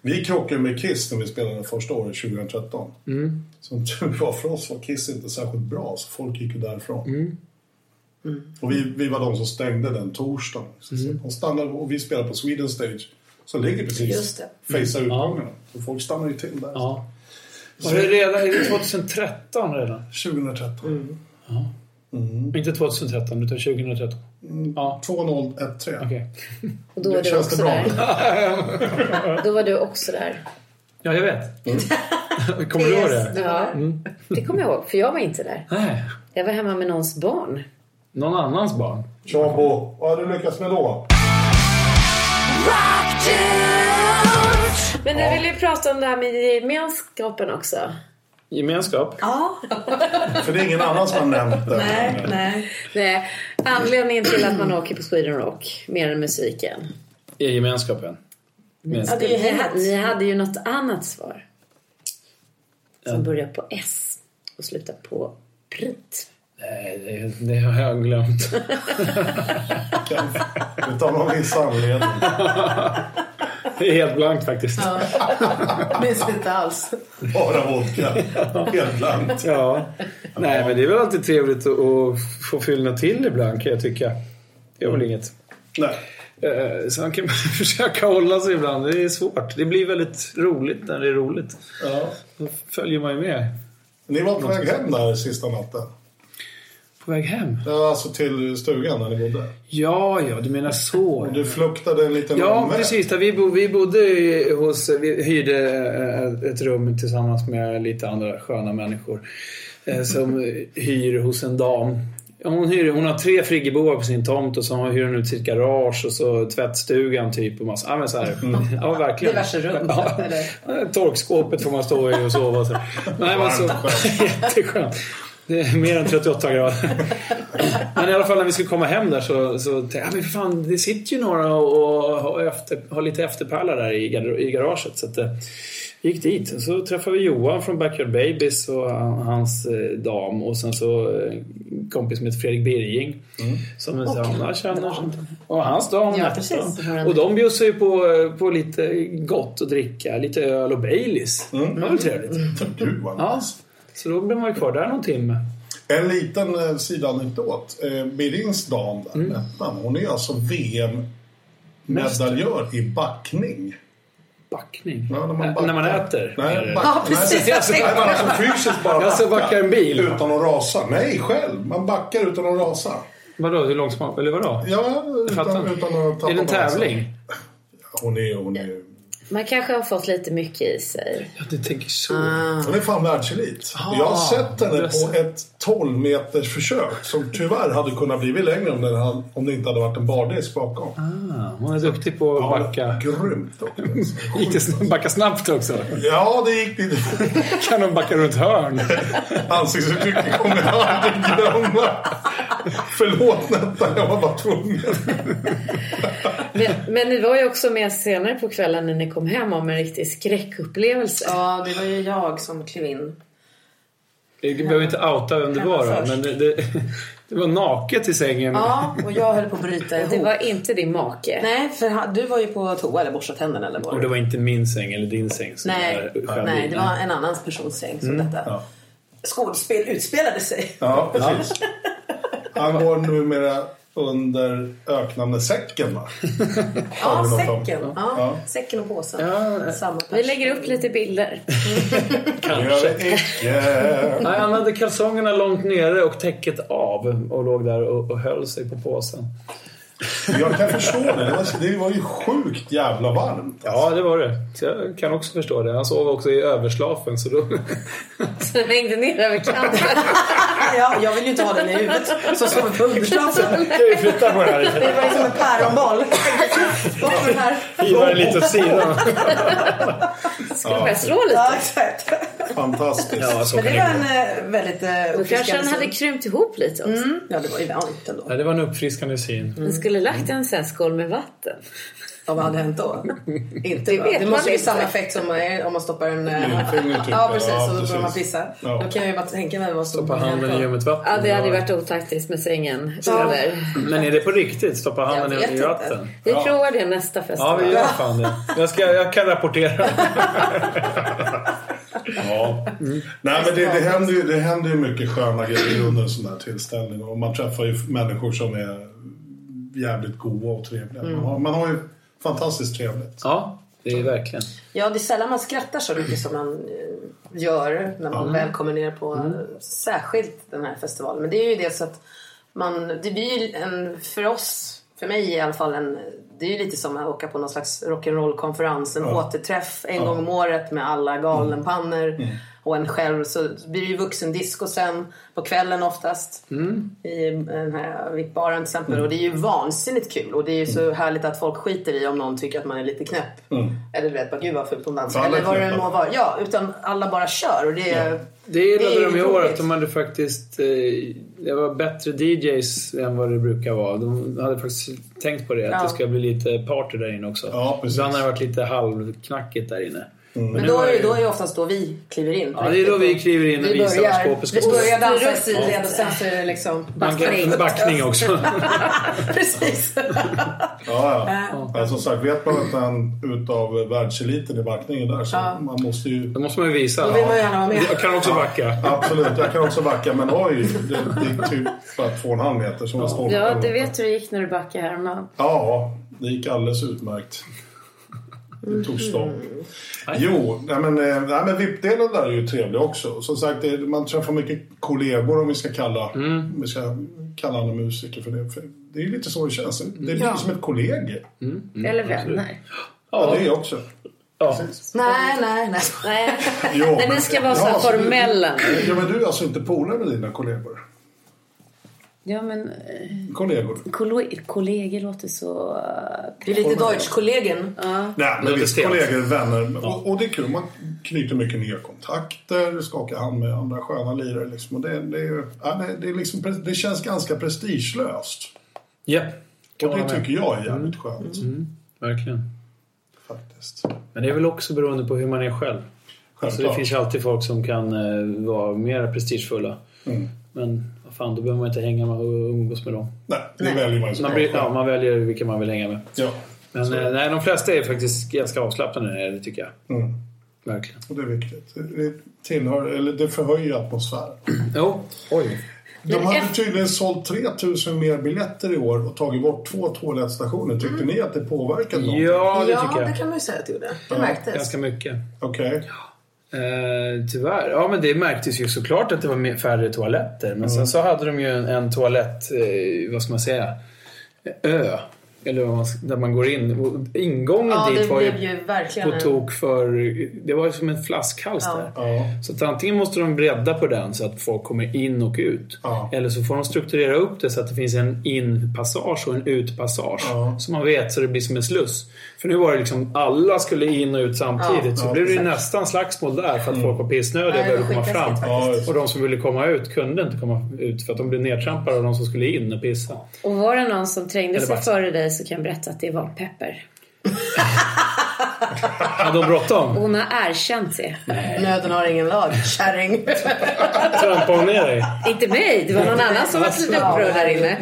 Speaker 1: Vi krockade med Kiss när vi spelade första året 2013.
Speaker 3: Mm.
Speaker 1: Som tur var för oss var Kiss inte särskilt bra så folk gick ju därifrån.
Speaker 3: Mm.
Speaker 6: Mm.
Speaker 1: Och vi, vi var de som stängde den torsdagen. Så att
Speaker 3: Mm.
Speaker 1: säga. De stannade, och vi spelade på Sweden Stage som ligger
Speaker 6: Just
Speaker 1: precis
Speaker 6: det.
Speaker 1: face utgångarna. Så folk stannar ju till där.
Speaker 3: Ja. Var det redan, är det 2013 redan?
Speaker 1: 2013.
Speaker 3: Mm. Inte 2013 utan 2013. Ja,
Speaker 1: 2013.
Speaker 3: okej.
Speaker 2: Och då
Speaker 1: Det
Speaker 2: var du
Speaker 1: känns
Speaker 2: också
Speaker 1: det bra.
Speaker 2: där. Då var du också där.
Speaker 3: Ja, jag vet. Kommer du ihåg det?
Speaker 2: Ja,
Speaker 1: Mm.
Speaker 2: det kommer jag ihåg, för jag var inte där.
Speaker 3: Nej.
Speaker 2: Jag var hemma med någons barn.
Speaker 3: Någon annans barn.
Speaker 1: Tjabo, vad har du lyckats med då?
Speaker 2: Men du ville ju prata om det här med gemenskapen också.
Speaker 3: Gemenskap.
Speaker 6: Ja,
Speaker 1: För det är ingen annan som har nämnt det.
Speaker 6: nej, nej.
Speaker 2: Nej, anledningen till att man åker på Sweden Rock, mer än musiken.
Speaker 3: Är gemenskapen.
Speaker 6: Ja, det är ju
Speaker 2: Ni, ha-
Speaker 6: hemmet.
Speaker 2: ni hade ju något annat svar. Som börjar på S och slutar på Brit.
Speaker 3: Nej, Eh, det, det har jag glömt.
Speaker 1: Utan någon viss anledning.
Speaker 3: Det är helt blankt faktiskt.
Speaker 6: Minns inte alls.
Speaker 1: Bara vodka. Helt blankt.
Speaker 3: Ja. Nej, men det är väl alltid trevligt att, att få fyllna till ibland kan jag tycka. Det är väl inget.
Speaker 1: Nej.
Speaker 3: Eh, Sen kan man försöka hålla sig ibland. Det är svårt. Det blir väldigt roligt när det är roligt.
Speaker 1: Ja.
Speaker 3: Då följer man ju med.
Speaker 1: Ni var på väg hem där sista natten.
Speaker 3: På väg hem?
Speaker 1: Ja, alltså till stugan där ni bodde.
Speaker 3: Ja, ja, du menar så.
Speaker 1: Du fluktade en liten
Speaker 3: Ja,
Speaker 1: omväg.
Speaker 3: precis. Där vi, bo, vi bodde i- hos, vi hyrde eh, ett rum tillsammans med lite andra sköna människor eh, som hyr hos en dam. Hon, hyr, hon har tre friggeboar på sin tomt och så har- hyr hon ut sitt garage och så tvättstugan typ och massa, ja men så här. Ja, verkligen.
Speaker 6: Mm. Diverse rum,
Speaker 3: Ja. Torkskåpet får man stå i och sova. och Så. Nej, men så, jätteskönt. Det är mer än 38 grader. Men i alla fall när vi skulle komma hem där så, så tänkte jag, "Ah, men för fan, det sitter ju några och, och har, efter, har lite efterpärlar där i, gar- i garaget. Så att, eh, vi gick dit. Och så träffade vi Johan från Backyard Babies och han- hans eh, dam och sen så eh, en kompis med Fredrik Birging. Som vi sa, "Ja, känner. Och hans dam.
Speaker 6: Ja,
Speaker 3: efter.
Speaker 6: precis.
Speaker 3: Och de bjussade ju på, eh, på lite gott att dricka, lite öl och Baileys.
Speaker 1: Mm.
Speaker 3: Det var väl trevligt.
Speaker 6: Mm.
Speaker 1: Gud, vad
Speaker 3: Ja.
Speaker 1: nice.
Speaker 3: Så då blev man ju kvar där någon timme.
Speaker 1: En liten eh, sidoanekdot. Eh, Birins dam
Speaker 3: Mm.
Speaker 1: där, Nettan, hon är alltså VM-medaljör i backning.
Speaker 3: Backning.
Speaker 1: Ja, när, man
Speaker 3: Äh,
Speaker 1: backar.
Speaker 3: när man äter?
Speaker 1: Nej, back...
Speaker 6: Ja, precis.
Speaker 1: Nej,
Speaker 6: Jag tänkte-
Speaker 1: man alltså fysiskt bara
Speaker 3: Alltså, backar en bil?
Speaker 1: Utan att rasa. Nej, själv. Man backar utan att rasa.
Speaker 3: Vadå, hur långt smak? Eller vadå?
Speaker 1: Ja, utan,
Speaker 3: Fattar.
Speaker 1: utan att tappa
Speaker 3: Är det
Speaker 1: balansen.
Speaker 3: en tävling?
Speaker 1: Hon är, hon är,
Speaker 2: Man kanske har fått lite mycket i sig.
Speaker 3: Ja, du tänker så.
Speaker 1: hon är fan världselit.
Speaker 3: Ah.
Speaker 1: jag har sett henne på ett 12 meters försök som tyvärr hade kunnat bli längre om det, hade- om det inte hade varit en bardisk bakom.
Speaker 3: Ah, hon är duktig på att backa.
Speaker 1: Grymt också.
Speaker 3: Gick det sn- backa snabbt också?
Speaker 1: Ja, det gick dit.
Speaker 3: Kan hon backa runt hörn?
Speaker 1: Ansiktsuttrycket kommer jag aldrig glömma. Förlåt Nettan, jag var bara tvungen.
Speaker 2: Men, men ni var ju också med senare på kvällen när ni kom hem om en riktig skräckupplevelse.
Speaker 6: Ja, det var ju jag som klev in.
Speaker 3: Vi behöver inte outa vem det var då, men det, det, det var naket i sängen.
Speaker 6: Ja, och jag höll på att bryta
Speaker 2: Det
Speaker 6: ihop.
Speaker 2: var inte din make.
Speaker 6: Nej, för han- du var ju på toa eller borstade tänderna eller vad
Speaker 3: Och
Speaker 6: det
Speaker 3: det
Speaker 6: var.
Speaker 3: var inte min säng eller din säng som
Speaker 6: Nej,
Speaker 3: var själv
Speaker 6: nej,
Speaker 3: i.
Speaker 6: det var en annans persons säng som detta. Skådespel utspelade sig.
Speaker 1: Ja, precis. Han går numera under öknamnet Säcken va?
Speaker 6: Ja,
Speaker 1: vi något om?
Speaker 6: säcken. Ja.
Speaker 1: Ja.
Speaker 6: Säcken och påsen. Samma
Speaker 2: Vi lägger upp lite bilder.
Speaker 1: Gör det icke.
Speaker 3: Nej, han hade kalsongerna långt nere och täcket av och låg där och, och höll sig på påsen.
Speaker 1: Jag kan förstå det. Det var- Det var ju sjukt jävla varmt.
Speaker 3: Ja, det var det. Så jag kan också förstå det. Han sov också i överslafen så då...
Speaker 2: Så den hängde ner över kanten.
Speaker 6: Ja, jag vill ju inte ha den i huvudet. Som sover på underslafen.
Speaker 3: Kan vi flytta på det här lite?
Speaker 6: Det var ju som en päronboll. Bort med den här.
Speaker 3: Hiva den lite åt sidan.
Speaker 2: Skulle börja slå lite.
Speaker 6: Ja, exakt.
Speaker 1: Fantastiskt.
Speaker 3: Ja, så
Speaker 6: Men
Speaker 3: kan
Speaker 6: det
Speaker 3: det
Speaker 6: var
Speaker 3: gå.
Speaker 6: en eh, väldigt
Speaker 2: Då
Speaker 6: eh,
Speaker 2: kanske den
Speaker 6: uppfriskande
Speaker 2: hade
Speaker 6: syn.
Speaker 2: krympt ihop lite också.
Speaker 6: Mm. Ja, det var ju varmt ändå.
Speaker 3: Ja, det var en uppfriskande syn.
Speaker 2: Den skulle lagt en sån här skål med vatten.
Speaker 6: Ja, vad hade hänt då? Inte
Speaker 2: Det
Speaker 6: va?
Speaker 2: vet
Speaker 6: Det måste
Speaker 2: man
Speaker 6: ju
Speaker 2: inte.
Speaker 6: samma effekt som eh, om man stoppar en... eh,
Speaker 1: Lillfinger, typ.
Speaker 6: Ja, precis.
Speaker 1: Ja,
Speaker 6: så börjar man
Speaker 1: precis.
Speaker 6: pissa.
Speaker 1: Ja.
Speaker 6: Då kan jag ju bara tänka mig vad som
Speaker 3: Stoppa handen i ljummet vatten.
Speaker 2: Ja, det hade ju varit otaktiskt med sängen
Speaker 6: Ja.
Speaker 2: över.
Speaker 3: Men är det på riktigt? Stoppa handen
Speaker 6: Jag vet
Speaker 3: i
Speaker 6: inte.
Speaker 3: vatten?
Speaker 2: Vi
Speaker 1: Ja.
Speaker 2: provar det nästa
Speaker 3: Ja,
Speaker 2: festival.
Speaker 3: vi gör fan det. Jag, ska, jag kan rapportera.
Speaker 1: Ja. Nej, men det, det, händer ju, det händer ju mycket sköna grejer under en sån där tillställning. Och man träffar ju människor som är jävligt goa och trevliga. Man, har, man har ju fantastiskt trevligt.
Speaker 3: Ja, det är verkligen.
Speaker 6: Ja, det är sällan man skrattar så mycket som man eh, gör när man väl kommer ner på
Speaker 1: Mm.
Speaker 6: eh, särskilt den här festivalen. Men det är ju det så att man, det blir ju en, för oss, för mig i alla fall, en, det är ju lite som att åka på någon slags rock'n'roll-konferens, en
Speaker 1: Ja. Mm.
Speaker 6: återträff en gång om året med alla galenpannor och en själv. Så blir det ju vuxendisco sen på kvällen oftast
Speaker 3: Mm.
Speaker 6: i eh, den här vippbaren till exempel.
Speaker 1: Mm.
Speaker 6: Och det är ju vansinnigt kul och det är ju så härligt att folk skiter i om någon tycker att man är lite knäpp.
Speaker 1: Mm.
Speaker 6: Eller du vet, bara, gud vad fult hon dansar.
Speaker 1: Alla
Speaker 6: Eller vad det
Speaker 1: knäppa.
Speaker 6: må vara. Ja, utan alla bara kör och det är...
Speaker 3: Det gillade de i år att
Speaker 6: roligt.
Speaker 3: de hade faktiskt... eh, Det var bättre DJs än vad det brukar vara. De hade faktiskt tänkt på det, att
Speaker 6: Ja.
Speaker 3: det ska bli lite party där inne också.
Speaker 1: Ja, precis. Mm.
Speaker 3: Ibland har det varit lite halvknackigt där inne.
Speaker 6: Men
Speaker 3: nu
Speaker 6: då
Speaker 3: var
Speaker 6: är,
Speaker 3: det-
Speaker 6: då är ju oftast då vi kliver in.
Speaker 3: Ja, det är då vi kliver in och
Speaker 6: Vi
Speaker 3: visar var
Speaker 6: börjar,
Speaker 3: skåpet ska
Speaker 6: vi
Speaker 3: stå.
Speaker 6: börjar dansa i
Speaker 2: Strutt.
Speaker 6: sidled och sen så är det liksom...
Speaker 3: Man kan backning också.
Speaker 6: Precis.
Speaker 1: Ja, ja. Men som sagt, vet man inte en utav världseliten i backningen där så
Speaker 6: Ja.
Speaker 1: man måste ju...
Speaker 3: Då måste man ju visa.
Speaker 6: Då vill man gärna vara med.
Speaker 3: Jag kan också backa.
Speaker 1: Absolut, jag kan också backa men oj, det, det är typ bara två och en halv meter som jag står på.
Speaker 2: Ja, du vet hur det gick när du backade häromdagen.
Speaker 1: Ja, det gick alldeles utmärkt. Det
Speaker 2: Mm.
Speaker 1: tog stopp. Jo, nej men, eh, nej men VIP-delen där är ju trevlig också. Som sagt, det, man träffar mycket kollegor om vi ska kalla, om vi ska kalla alla musiker för det. För det är ju lite så det känns. Det blir
Speaker 2: Ja.
Speaker 1: som ett kollegie.
Speaker 2: Eller vänner.
Speaker 1: Ja, det är också.
Speaker 3: Ja.
Speaker 6: nej, nej, nej.
Speaker 2: Nej,
Speaker 1: Jo,
Speaker 2: Nej,
Speaker 1: men-
Speaker 2: vi ska vara så här
Speaker 1: Ja, så du-
Speaker 2: formella nu.
Speaker 1: Ja, men du är alltså inte polare med dina kollegor?
Speaker 2: Ja, men eh,
Speaker 1: Kollegor?
Speaker 2: kolle- kollegor låter så... eh,
Speaker 6: Det är lite Deutsch-kollegen.
Speaker 1: Nej, men
Speaker 3: Det är
Speaker 1: visst,
Speaker 3: stelt.
Speaker 1: kollegor, vänner. Och, och det är kul, man knyter mycket nya kontakter, skakar hand med andra sköna lirare. Liksom. Och det, det, är ju, ja, det, det, är liksom, pre- det känns ganska prestigelöst.
Speaker 3: ja. Mm. Kan
Speaker 1: Och
Speaker 3: vara
Speaker 1: det
Speaker 3: med.
Speaker 1: tycker jag är jävligt skönt.
Speaker 2: Mm.
Speaker 3: Verkligen.
Speaker 1: Faktiskt.
Speaker 3: Men det är väl också beroende på hur man är själv. Alltså det
Speaker 1: Självklart.
Speaker 3: finns ju alltid folk som kan eh, vara mer prestigefulla. Men vad fan, då behöver man inte hänga med och umgås med dem.
Speaker 1: Nej, det väljer man ju
Speaker 3: Man,
Speaker 1: såklart
Speaker 3: blir, ja,
Speaker 1: själv.
Speaker 3: man väljer vilka man vill hänga med.
Speaker 1: Ja,
Speaker 3: Men eh, nej, de flesta är faktiskt ganska avslappnade när det gäller det, tycker jag.
Speaker 1: Mm.
Speaker 3: Verkligen.
Speaker 1: och det är viktigt. Det, tillhör, eller det förhöjer atmosfären.
Speaker 3: Jo. Oj.
Speaker 1: De hade tydligen sålt 3000 mer biljetter i år och tagit bort två toalettstationer.
Speaker 6: Mm.
Speaker 1: Tyckte ni att det påverkade någonting?
Speaker 3: Ja, det
Speaker 6: Ja,
Speaker 3: tycker
Speaker 6: det
Speaker 3: jag.
Speaker 6: kan man ju säga att det gjorde. Det märktes.
Speaker 3: Ganska mycket.
Speaker 1: Okej.
Speaker 3: Eh, tyvärr. Ja, men det märktes ju såklart att det var mer- färre toaletter. Men sen så hade de ju en, en toalett, eh, vad ska man säga, ö. Eller vad man, ska- där man går in. Och ingången
Speaker 6: Ja, det
Speaker 3: dit var
Speaker 6: blev
Speaker 3: ju
Speaker 6: ju verkligen...
Speaker 3: på
Speaker 6: en-
Speaker 3: tok för... Det var ju som en flaskhals
Speaker 6: Ja.
Speaker 3: där.
Speaker 1: Ja.
Speaker 3: Så att antingen måste de bredda på den så att folk kommer in och ut.
Speaker 1: Ja.
Speaker 3: Eller så får de strukturera upp det så att det finns en inpassage och en utpassage.
Speaker 1: Ja.
Speaker 3: Så man vet så det blir som en sluss. För nu var det liksom alla skulle in och ut samtidigt.
Speaker 6: Ja.
Speaker 3: Så
Speaker 1: Ja, Mm.
Speaker 3: blev det ju
Speaker 1: exakt.
Speaker 3: nästan slagsmål där för att folk var pissnödiga
Speaker 6: Nej,
Speaker 3: och
Speaker 6: det var
Speaker 3: behövde komma fram.
Speaker 6: skitläskigt
Speaker 1: Ja, just
Speaker 3: Och de som ville komma ut kunde inte komma ut för att de blev nedtrampade av de som skulle in och pissa.
Speaker 2: Och var det någon som trängde
Speaker 3: Eller
Speaker 2: sig
Speaker 3: bara-
Speaker 2: före dig så kan jag berätta att det var Pepper.
Speaker 3: Hade de bråttom?
Speaker 2: Hon har erkänt det.
Speaker 6: Nöden har ingen lag, kärring.
Speaker 3: Trampade hon ner dig?
Speaker 2: Inte mig, det var någon annan som var lite upprörd där inne.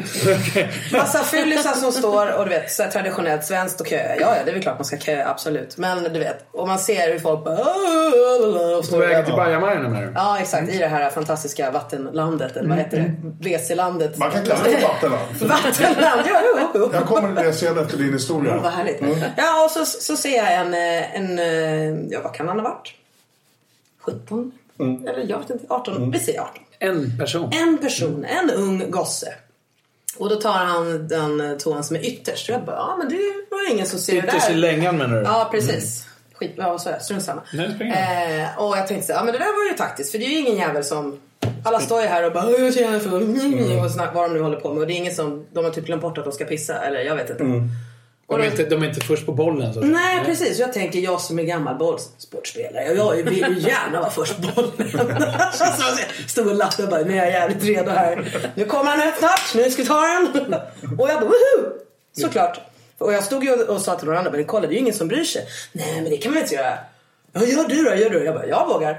Speaker 6: Massa fyllisar som står och du vet, så här traditionellt svenskt och köa. Ja, ja, det är väl klart man ska köa, absolut. Men du vet, och man ser hur folk bara... Och
Speaker 3: På
Speaker 6: står
Speaker 3: vägen
Speaker 6: där.
Speaker 3: till Bajamajorna menar du?
Speaker 6: Ja, exakt. I det här fantastiska vattenlandet, eller vad heter det? WC-landet.
Speaker 1: Man kan kalla det vattenland. för
Speaker 6: Vattenland, ja, jo, jo.
Speaker 1: Jag Mm. kommer till det sen efter din historia.
Speaker 6: Vad härligt. Ja, och så, så ser jag en, eh, en... eh, Ja, vad kan han ha varit? 17?
Speaker 1: Mm.
Speaker 6: Eller jag vet inte. 18? Vi säger 18.
Speaker 3: En person.
Speaker 6: en person, en ung gosse. Och då tar han den toan som är ytterst. Och jag bara, ja men det var ingen som ser det där.
Speaker 3: Ytterst i längan menar du?
Speaker 6: Ja, precis. Skit, ja, så är det. Strunt samma.
Speaker 3: Mm. Nej, det spelar
Speaker 6: eh, och jag tänkte så här, ja men det där var ju taktiskt. För det är ju ingen jävel som...
Speaker 3: Mm.
Speaker 6: Alla står ju här och bara "Åh, jag tjänar för mm. och snack, vad de nu håller på med. Och det är ingen som... De har typ glömt bort att de ska pissa. Eller jag vet inte.
Speaker 3: Mm.
Speaker 6: Och
Speaker 3: De
Speaker 6: då-
Speaker 3: är inte, de är inte först på bollen så att säga.
Speaker 6: Nej precis, jag tänker jag som är gammal bollsportspelare. Jag vill ju gärna vara först på bollen. Stod och lappade och bara, nu är jag jävligt redo här. Nu kommer han här snart, nu ska vi ta den. Och jag bara, woho! Såklart. Och jag stod ju och- och sa till några andra, men kolla det är ju ingen som bryr sig. Nej men det kan man inte göra. Ja gör du då, gör du. Jag bara, jag vågar.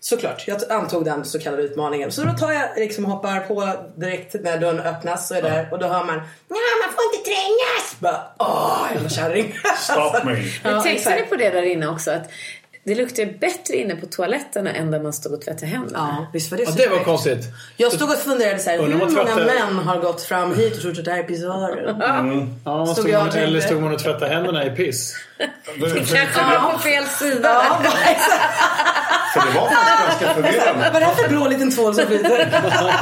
Speaker 6: Såklart, jag t- antog den så kallade utmaningen. Så då tar jag liksom hoppar på direkt när dörren öppnas och är där och då hör man Nej man får inte trängas! Bara, åh jävla kärring.
Speaker 1: Stop me.
Speaker 2: Men
Speaker 6: Ja,
Speaker 2: tänkte
Speaker 6: exakt.
Speaker 2: ni på det där inne också? Att det luktar ju bättre inne på toaletterna än där man står och tvättar händerna.
Speaker 6: Ja, visst var det
Speaker 3: Ja, det
Speaker 6: suspekt?
Speaker 3: var konstigt.
Speaker 6: Jag stod och funderade så här, hur
Speaker 3: Undrar om
Speaker 6: många
Speaker 3: man tvättar-
Speaker 6: män har gått fram hit och trott att det här är pissoaren?
Speaker 3: Ja,
Speaker 6: Stod
Speaker 3: stod
Speaker 6: jag
Speaker 3: man,
Speaker 6: och tänkte-
Speaker 3: eller stod man och tvättade händerna i piss?
Speaker 1: Det, för,
Speaker 2: Kanske
Speaker 1: för,
Speaker 2: var på fel sida.
Speaker 6: Ja, bara, exakt.
Speaker 1: för det var faktiskt ganska förvirrande.
Speaker 6: Vad är det här för blå liten tvål som flyter?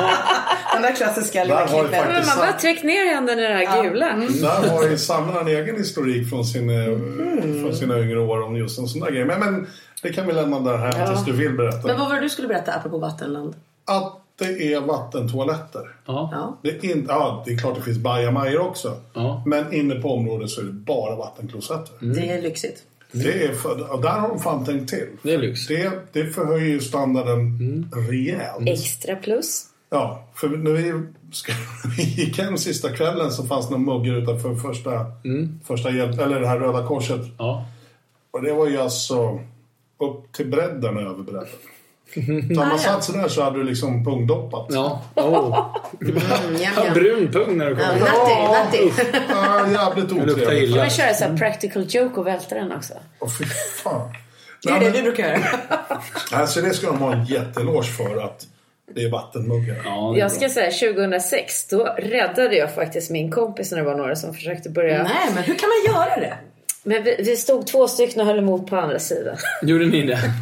Speaker 6: Den där klassiska
Speaker 1: Där
Speaker 6: lilla
Speaker 1: har det
Speaker 6: klippen.
Speaker 2: Men
Speaker 1: faktiskt
Speaker 2: man bara
Speaker 1: sam-
Speaker 2: tryck ner händerna i det här gula.
Speaker 1: där har ju Sanna en egen historik från, sin, eh,
Speaker 6: Mm.
Speaker 1: från sina yngre år om just en sån där grej. Men, men det kan vi lämna där här tills du vill berätta.
Speaker 6: Men vad var det du skulle berätta apropå Vattenland?
Speaker 1: Att det är vattentoaletter.
Speaker 3: Ja.
Speaker 6: Ja.
Speaker 1: Det är, in, ja, det är klart det finns bajamajor också.
Speaker 3: Ja.
Speaker 1: Men inne på området så är det bara vattenklosetter.
Speaker 6: Det är lyxigt.
Speaker 1: Det är för, ja, där har de fan tänkt till.
Speaker 3: Det Mm. är lyx.
Speaker 1: Det, det förhöjer ju standarden rejält.
Speaker 2: Extra plus.
Speaker 1: Ja, för när vi, ska, vi gick hem sista kvällen så fanns det några muggar utanför första,
Speaker 3: Mm.
Speaker 1: första hjälp, eller det här Röda Korset.
Speaker 3: Ja.
Speaker 1: Och det var ju alltså upp till bredden över bredden. Så När man satt sig där så hade du liksom pungdoppat.
Speaker 3: Ja. Oh.
Speaker 6: Mm, jam,
Speaker 3: Ja,
Speaker 6: jam.
Speaker 3: brun pung när du
Speaker 6: Ja,
Speaker 3: kom.
Speaker 6: Natti, natti.
Speaker 1: Ja, jävligt
Speaker 3: Det luktar
Speaker 1: otrevligt.
Speaker 2: Kan
Speaker 3: illa.
Speaker 2: man köra så här practical joke och välta den också?
Speaker 1: Åh, fy fan.
Speaker 6: Det är det
Speaker 1: Nej,
Speaker 6: du
Speaker 1: men,
Speaker 6: brukar göra.
Speaker 1: alltså det ska de ha en jätteeloge för att det är vattenmuggar.
Speaker 3: Ja, det är
Speaker 2: Jag ska säga 2006, då räddade jag faktiskt min kompis när det var några som försökte börja.
Speaker 6: Nej, men hur kan man göra det?
Speaker 2: Men vi, vi stod två stycken och höll emot på andra sidan.
Speaker 3: bra. Gjorde ni det?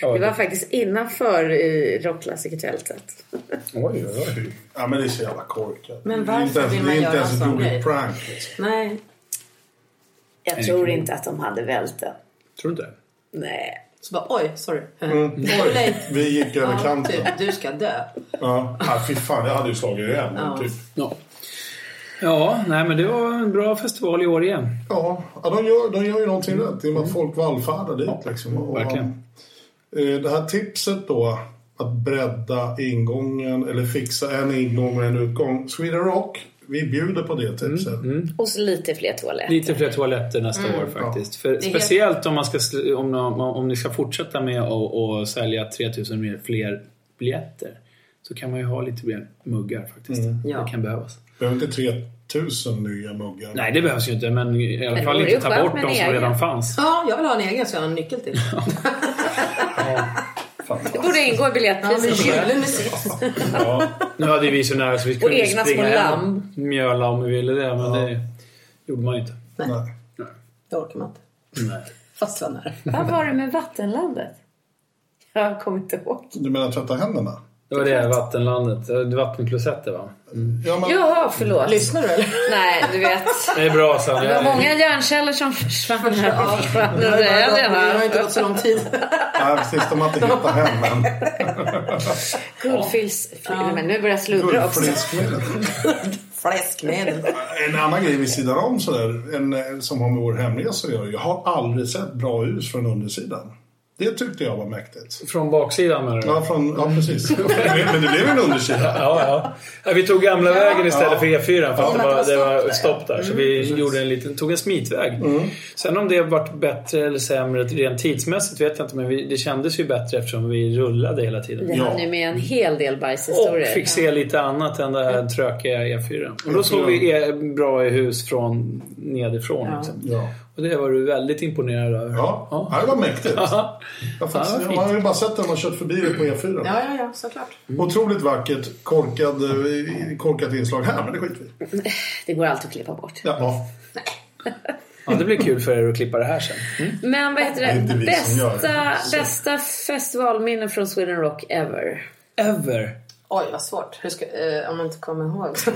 Speaker 2: Det var faktiskt innanför i rockklassikertältet.
Speaker 3: Oj, oj, oj.
Speaker 1: Ja men det är så jävla korkat.
Speaker 6: Men
Speaker 1: Det är inte
Speaker 6: varför
Speaker 1: ens- Det är
Speaker 6: vill man göra
Speaker 1: inte ens
Speaker 6: en
Speaker 1: ett
Speaker 6: sån
Speaker 1: roligt
Speaker 6: grej?
Speaker 1: prank. Liksom.
Speaker 6: Nej.
Speaker 2: Jag tror inte att de hade vält den.
Speaker 3: Tror du inte?
Speaker 2: Nej.
Speaker 6: Så bara, oj, sorry.
Speaker 1: Oj, vi gick över
Speaker 6: Ja,
Speaker 1: kanten.
Speaker 6: typ, du ska dö.
Speaker 1: Ja, ah, fy fan, jag hade ju slagit igen.
Speaker 6: Ja.
Speaker 1: Typ.
Speaker 3: Ja. Ja, nej men det var en bra festival i år igen.
Speaker 1: Ja, ja de, gör, de gör ju någonting rätt i och med att folk vallfärdar dit. liksom. Och,
Speaker 3: verkligen.
Speaker 1: eh, Det här tipset då, att bredda ingången eller fixa en ingång och en utgång. Sweden Rock, vi bjuder på det tipset.
Speaker 2: Och så lite fler toaletter.
Speaker 3: Lite fler typ toaletter nästa år faktiskt. För
Speaker 6: helt-
Speaker 3: speciellt om, man ska, sl- om, om, om ni ska fortsätta med att att sälja 3000 mer fler biljetter. Så kan man ju ha lite mer muggar faktiskt.
Speaker 6: Ja.
Speaker 3: Det kan behövas.
Speaker 1: Behöver inte 3000 nya muggar.
Speaker 3: Nej, det behövs ju inte. Men i alla
Speaker 2: Men
Speaker 3: fall
Speaker 2: det vore
Speaker 3: inte
Speaker 2: ju
Speaker 3: ta
Speaker 2: skönt
Speaker 3: bort
Speaker 2: med
Speaker 3: de
Speaker 2: en
Speaker 3: som
Speaker 2: egen.
Speaker 3: redan fanns.
Speaker 6: Ja, jag vill ha en egen så jag har en nyckel till.
Speaker 2: Det borde ingå i
Speaker 6: Ja, men
Speaker 2: biljettpriset.
Speaker 6: gyllene sits.
Speaker 1: Ja.
Speaker 3: Nu hade vi så nära så vi kunde ju
Speaker 2: egna små
Speaker 3: springa hem och
Speaker 2: lamm.
Speaker 3: mjöla om vi ville det. Men det gjorde man ju inte.
Speaker 1: Nej.
Speaker 6: Det orkar man inte.
Speaker 3: Nej.
Speaker 6: Fast det var nära.
Speaker 2: Vad var det med vattenlandet? Jag kommer inte ihåg.
Speaker 1: Du menar tvätta händerna?
Speaker 3: Det var det vattenlandet. Det var Vattenklosetter va?
Speaker 1: Ja, men,
Speaker 2: Jaha, förlåt.
Speaker 6: Lyssnar du eller?
Speaker 2: Nej, du vet.
Speaker 3: Det är bra Sanna.
Speaker 2: Det var
Speaker 3: Jag-
Speaker 2: många hjärnceller som försvann här. Försvann under helgen
Speaker 6: Det har
Speaker 2: här.
Speaker 6: inte gått så lång tid.
Speaker 1: Nej, precis. De har inte hittat hem än.
Speaker 2: Guldfils... Nej, Men nu börjar jag sluddra också.
Speaker 1: Guldfläskmedel.
Speaker 6: Fläskmedel.
Speaker 1: En annan grej vid sidan om sådär, en, eh, som har med vår hemresa att göra. Jag har aldrig sett bra hus från undersidan. Det tyckte jag var mäktigt.
Speaker 3: Från baksidan menar du?
Speaker 1: Ja, från, ja precis. Men det blev en undersida.
Speaker 3: Ja, ja. ja. Vi tog gamla vägen istället
Speaker 1: Ja.
Speaker 3: för E4 för att det,
Speaker 6: men
Speaker 3: var,
Speaker 6: att det
Speaker 3: det
Speaker 6: var stopp
Speaker 3: var
Speaker 6: där.
Speaker 3: stopp där. Så vi gjorde en liten, tog en smitväg. Sen om det varit bättre eller sämre rent tidsmässigt vet jag inte men vi, det kändes ju bättre eftersom vi rullade hela tiden.
Speaker 2: Vi hann ju med en hel del
Speaker 3: Och
Speaker 2: bajshistorier.
Speaker 3: fick se lite annat än det här trökiga E4. Och då såg vi e- bra i hus från nedifrån. Liksom.
Speaker 1: Ja.
Speaker 3: Och det var du väldigt imponerad över.
Speaker 1: Ja, ja, det var mäktigt. Jag har
Speaker 3: Ja,
Speaker 1: faktiskt,
Speaker 3: fint.
Speaker 1: man har ju bara sett det när man kört förbi det på E4.
Speaker 6: Ja, ja, ja, såklart.
Speaker 1: Otroligt vackert, korkad, eh, korkat inslag här, men det skiter vi i.
Speaker 2: Det går alltid att klippa bort.
Speaker 1: Ja, ja.
Speaker 3: Ja, det blir kul för er att klippa det här sen.
Speaker 2: Men vad heter
Speaker 1: Det är inte
Speaker 2: det?
Speaker 1: vi som gör det.
Speaker 2: Bästa, bästa festivalminne från Sweden Rock ever.
Speaker 3: Ever!
Speaker 6: Oj, vad svårt. Hur ska, eh, om man inte kommer ihåg.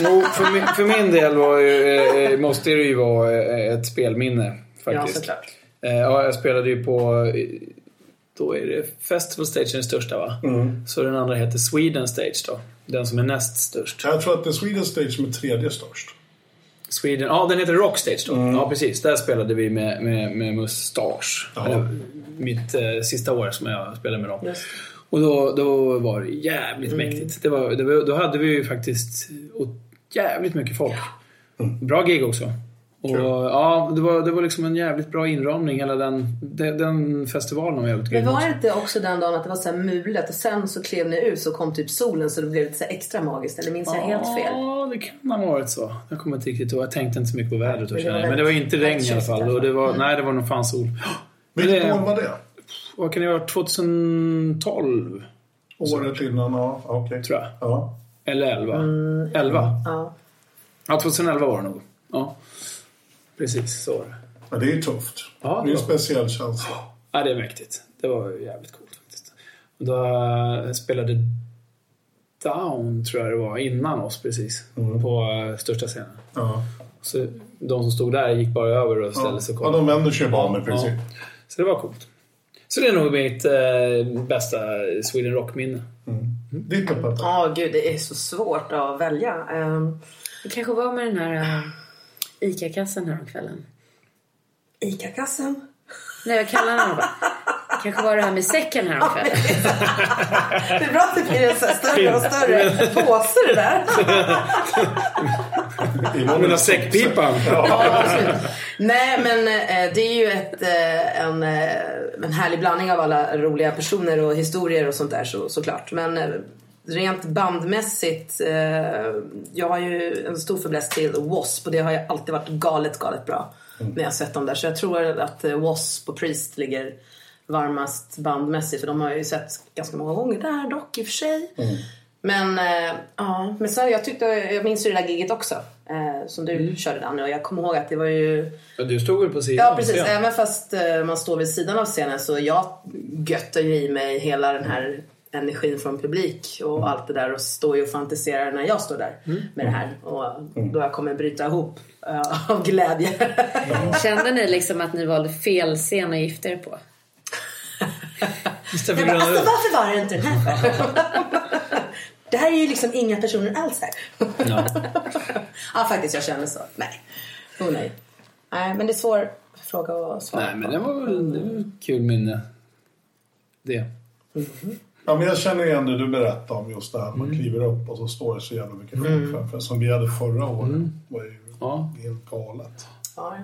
Speaker 3: Jo, för min, för min del var ju, eh, eh, måste det ju vara eh, ett spelminne
Speaker 6: ja,
Speaker 3: faktiskt.
Speaker 6: såklart.
Speaker 3: Eh, Ja, jag spelade ju på, eh, då är det Festival Stage den största va?
Speaker 6: Mm.
Speaker 3: Så den andra heter Sweden Stage då. Den som är näst störst.
Speaker 1: Jag tror att det är Sweden Stage som är tredje störst.
Speaker 3: Sweden, ja den heter Rock Stage då.
Speaker 6: Mm.
Speaker 3: Ja precis, där spelade vi med, med, med Mustache.
Speaker 1: Ja.
Speaker 3: Eller, Mitt eh, sista år som jag spelade med dem.
Speaker 6: Just.
Speaker 3: Och då, då var det jävligt mäktigt. Det var, det var, då hade vi ju faktiskt eh, jävligt mycket folk. Bra gig också. Och, ja, det, var, det var liksom en jävligt bra inramning. Hela den, den, den festivalen var jävligt
Speaker 6: Men
Speaker 3: grym
Speaker 6: var
Speaker 3: också.
Speaker 6: det inte också den dagen att det var så här mulet och sen så klev ni ut så kom typ solen så det blev lite så här extra magiskt? Eller minns jag helt fel?
Speaker 3: Ja, det kan ha varit så. Jag kommer inte riktigt ihåg. Jag tänkte inte så mycket på vädret. då,
Speaker 6: Men det
Speaker 3: känner
Speaker 6: var
Speaker 3: jag. Men det var
Speaker 6: väldigt- Mm.
Speaker 3: inte regn
Speaker 6: väldigt
Speaker 3: i alla
Speaker 6: kyligt i
Speaker 3: fall.
Speaker 6: alla
Speaker 3: Och det var, Nej, det var nog fan sol. Men
Speaker 1: Vilket
Speaker 3: det-
Speaker 1: år var det?
Speaker 3: Vad kan det vara? 2012?
Speaker 1: Året innan? Ja, okej.
Speaker 3: Tror jag.
Speaker 1: Ja.
Speaker 3: Eller 11?
Speaker 6: Mm.
Speaker 3: 11?
Speaker 6: Ja.
Speaker 3: Ja, 2011 var det nog. Ja. Precis, så var det.
Speaker 1: Men det är ju tufft.
Speaker 3: Ja, det
Speaker 1: det är en
Speaker 3: var-
Speaker 1: speciell känsla.
Speaker 3: Ja, det är mäktigt. Det var ju jävligt coolt faktiskt. Och då eh, spelade Down, tror jag det var, innan oss precis.
Speaker 1: Mm.
Speaker 3: På eh, största scenen.
Speaker 1: Ja.
Speaker 3: Så de som stod där gick bara över och ställde
Speaker 1: Ja.
Speaker 3: sig och
Speaker 1: ja,
Speaker 3: kollade.
Speaker 1: de vänder sig bara med
Speaker 3: Ja.
Speaker 1: princip.
Speaker 3: Så det var coolt. Så det är nog mitt eh, bästa Sweden Rock-minne.
Speaker 1: Ditt då Petter?
Speaker 6: Ja, gud det är så svårt att välja. Um,
Speaker 2: Det kanske var med den här uh, ICA-kassen häromkvällen.
Speaker 6: Ica-kassen?
Speaker 2: Nej, jag kallar den bara. Det kanske var det här med säcken häromkvällen.
Speaker 6: Det är bra att det blir en så här större och större påse det där.
Speaker 3: Jag menar säckpipan!
Speaker 6: Ja, absolut. Nej, men eh, det är ju ett, eh, en, eh, en härlig blandning av alla roliga personer och historier och sånt där så, såklart. Men eh, rent bandmässigt, eh, jag har ju en stor fäbless till W.A.S.P. och det har ju alltid varit galet, galet bra när jag har sett dem där. Så jag tror att eh, W.A.S.P. och Priest ligger varmast bandmässigt för de har jag ju sett ganska många gånger där dock i och för sig. Men eh, ja, men sen jag tyckte, jag minns ju det där giget också eh, som du körde Danny och jag kommer ihåg att det var ju
Speaker 3: Du stod väl på sidan?
Speaker 6: Ja precis,
Speaker 3: sen?
Speaker 6: även fast eh, man står vid sidan av scenen så jag göttar ju i mig hela den här energin från publik och allt det där och står ju och fantiserar när jag står där med det här och då jag kommer bryta ihop eh, av glädje.
Speaker 2: Kände ni liksom att ni valde fel scen att gifta er på?
Speaker 3: Istället
Speaker 6: Jag
Speaker 3: för
Speaker 6: bara,
Speaker 3: gröna
Speaker 6: alltså
Speaker 3: röd.
Speaker 6: varför var det inte den här för? Det här är ju liksom inga personer alls här. Ja, faktiskt, jag känner så. Nej. Oh, nej. nej, men det är svår fråga att svara
Speaker 3: Nej, men det var väl det var ett kul minne. Det.
Speaker 1: Ja, men jag känner igen det du berättade om just det här.
Speaker 3: Mm.
Speaker 1: Man kliver upp och så står det så jävla mycket folk
Speaker 2: Mm.
Speaker 1: framför. Som vi hade förra året. Det var ju
Speaker 3: Mm. Ja.
Speaker 1: helt galet.
Speaker 6: Ja.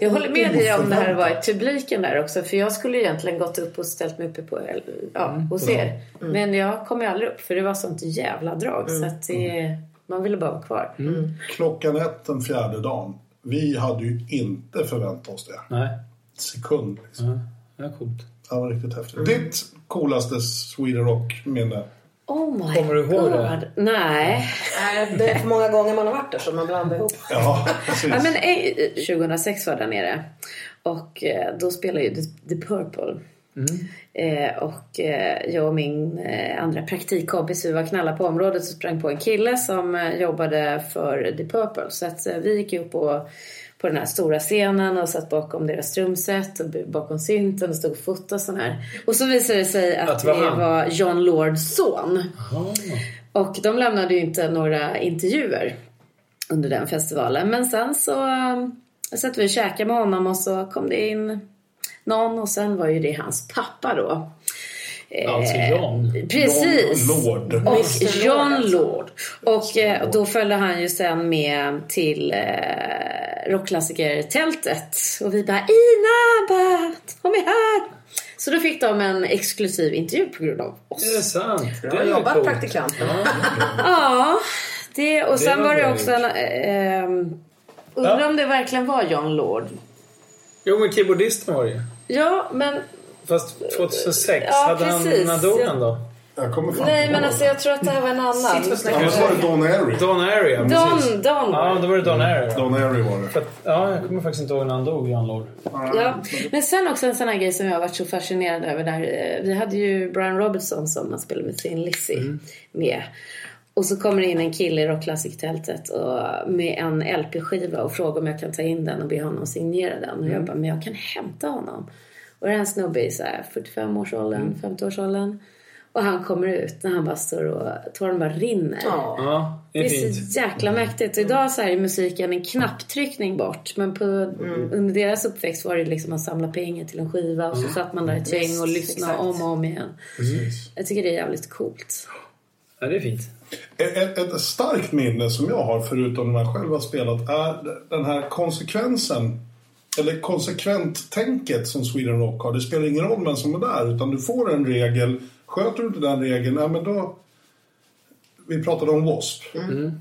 Speaker 2: Jag håller med dig om det här var i publiken där också. För jag skulle egentligen gått upp och ställt mig uppe på, eller, ja,
Speaker 3: Mm.
Speaker 2: hos er. Men jag kom ju aldrig upp för det var sånt jävla drag.
Speaker 3: Mm.
Speaker 2: Så att det, man ville bara vara kvar.
Speaker 1: Klockan ett den fjärde dagen. Vi hade ju inte förväntat oss det.
Speaker 3: Nej.
Speaker 1: Sekund liksom.
Speaker 3: Ja, det var coolt.
Speaker 1: Det var riktigt häftigt.
Speaker 2: Mm.
Speaker 1: Ditt coolaste Sweden Rock-minne?
Speaker 2: Oh my
Speaker 3: Kommer du ihåg
Speaker 2: God.
Speaker 3: det?
Speaker 2: Nej.
Speaker 6: Nej, det är för många gånger man har varit där så man blandar ihop.
Speaker 1: Ja, precis.
Speaker 2: Ja, men, eh, 2006 var jag där nere. Och eh, då spelade ju The- The Purple.
Speaker 3: Mm.
Speaker 2: Eh, och eh, jag och min eh, andra praktikkompis, vi var knalla på området, så sprang på en kille som eh, jobbade för The Purple. Så att eh, vi gick ju upp på, på den här stora scenen och satt bakom deras trumset och b- bakom synten och stod och fotade och sån här. Och så visade det sig att,
Speaker 3: Att det var
Speaker 2: det
Speaker 3: han?
Speaker 2: var John Lords son.
Speaker 3: Ja.
Speaker 2: Och de lämnade ju inte några intervjuer under den festivalen. Men sen så äh, satt vi och käkade med honom och så kom det in någon och sen var ju det hans pappa då.
Speaker 6: Eh,
Speaker 3: Alltså Jan.
Speaker 2: Precis!
Speaker 1: Lord.
Speaker 2: Och
Speaker 6: Mr.
Speaker 2: John
Speaker 6: Lord,
Speaker 2: Lord. Och eh, då följde han ju sen med till eh, rockklassikertältet. Och vi bara Ina, bara, de är här! Så då fick de en exklusiv intervju på grund av oss.
Speaker 3: Det är sant. Det
Speaker 6: Bra
Speaker 3: är
Speaker 6: jobbat
Speaker 3: coolt.
Speaker 6: praktikant.
Speaker 2: Ja, det, och sen
Speaker 3: var
Speaker 2: var, det
Speaker 3: bra
Speaker 2: också
Speaker 3: gjort.
Speaker 2: en... Eh, ehm, undrar
Speaker 3: Ja.
Speaker 2: om det verkligen var John Lord.
Speaker 3: Jo, men keyboardisten var det ju.
Speaker 2: Ja, men...
Speaker 3: Fast 2006,
Speaker 2: Ja,
Speaker 3: hade
Speaker 2: precis.
Speaker 3: han, när dog han då?
Speaker 1: Jag kommer fan
Speaker 2: Nej, men
Speaker 1: ihåg.
Speaker 2: alltså jag tror att det här var en annan.
Speaker 6: Sitt och snacka.
Speaker 1: Annars var det Don Airy.
Speaker 3: Don Area, precis.
Speaker 2: Don, Don
Speaker 3: Ja, då var det Don Area.
Speaker 1: Don Airy var det.
Speaker 3: Ja, jag kommer faktiskt inte ihåg när han dog, Jan Lord.
Speaker 2: Ja. Men sen också en sån här grej som jag har varit så fascinerad över där. eh, Vi hade ju Brian Robertson som han spelade med sin Lizzie med. Och så kommer det in en kille i rockklassiktältet och med en LP-skiva och frågar om jag kan ta in den och be honom signera den. Och jag bara, men jag kan hämta honom. Och det är en snubbe i så här 45-årsåldern, 50-årsåldern. Och han kommer ut när han bara står och tårarna bara rinner.
Speaker 6: Ja.
Speaker 3: Ja, det
Speaker 2: Det
Speaker 3: är
Speaker 2: är
Speaker 3: fint.
Speaker 2: så jäkla mäktigt. Idag så här är musiken en knapptryckning bort. Men på, under deras uppväxt var det liksom att samla pengar till en skiva och så satt man där ett gäng och
Speaker 6: Visst,
Speaker 2: lyssnade
Speaker 6: exakt.
Speaker 2: om och om igen. Jag tycker det är jävligt coolt.
Speaker 3: Ja, det är fint.
Speaker 1: Ett, ett starkt minne som jag har, förutom när jag själv har spelat, är den här konsekvensen. Eller konsekventtänket som Sweden Rock har. Det spelar ingen roll vem som är där, utan du får en regel. Sköter du inte den regeln, ja men då... Vi pratade om W.A.S.P.
Speaker 3: Mm.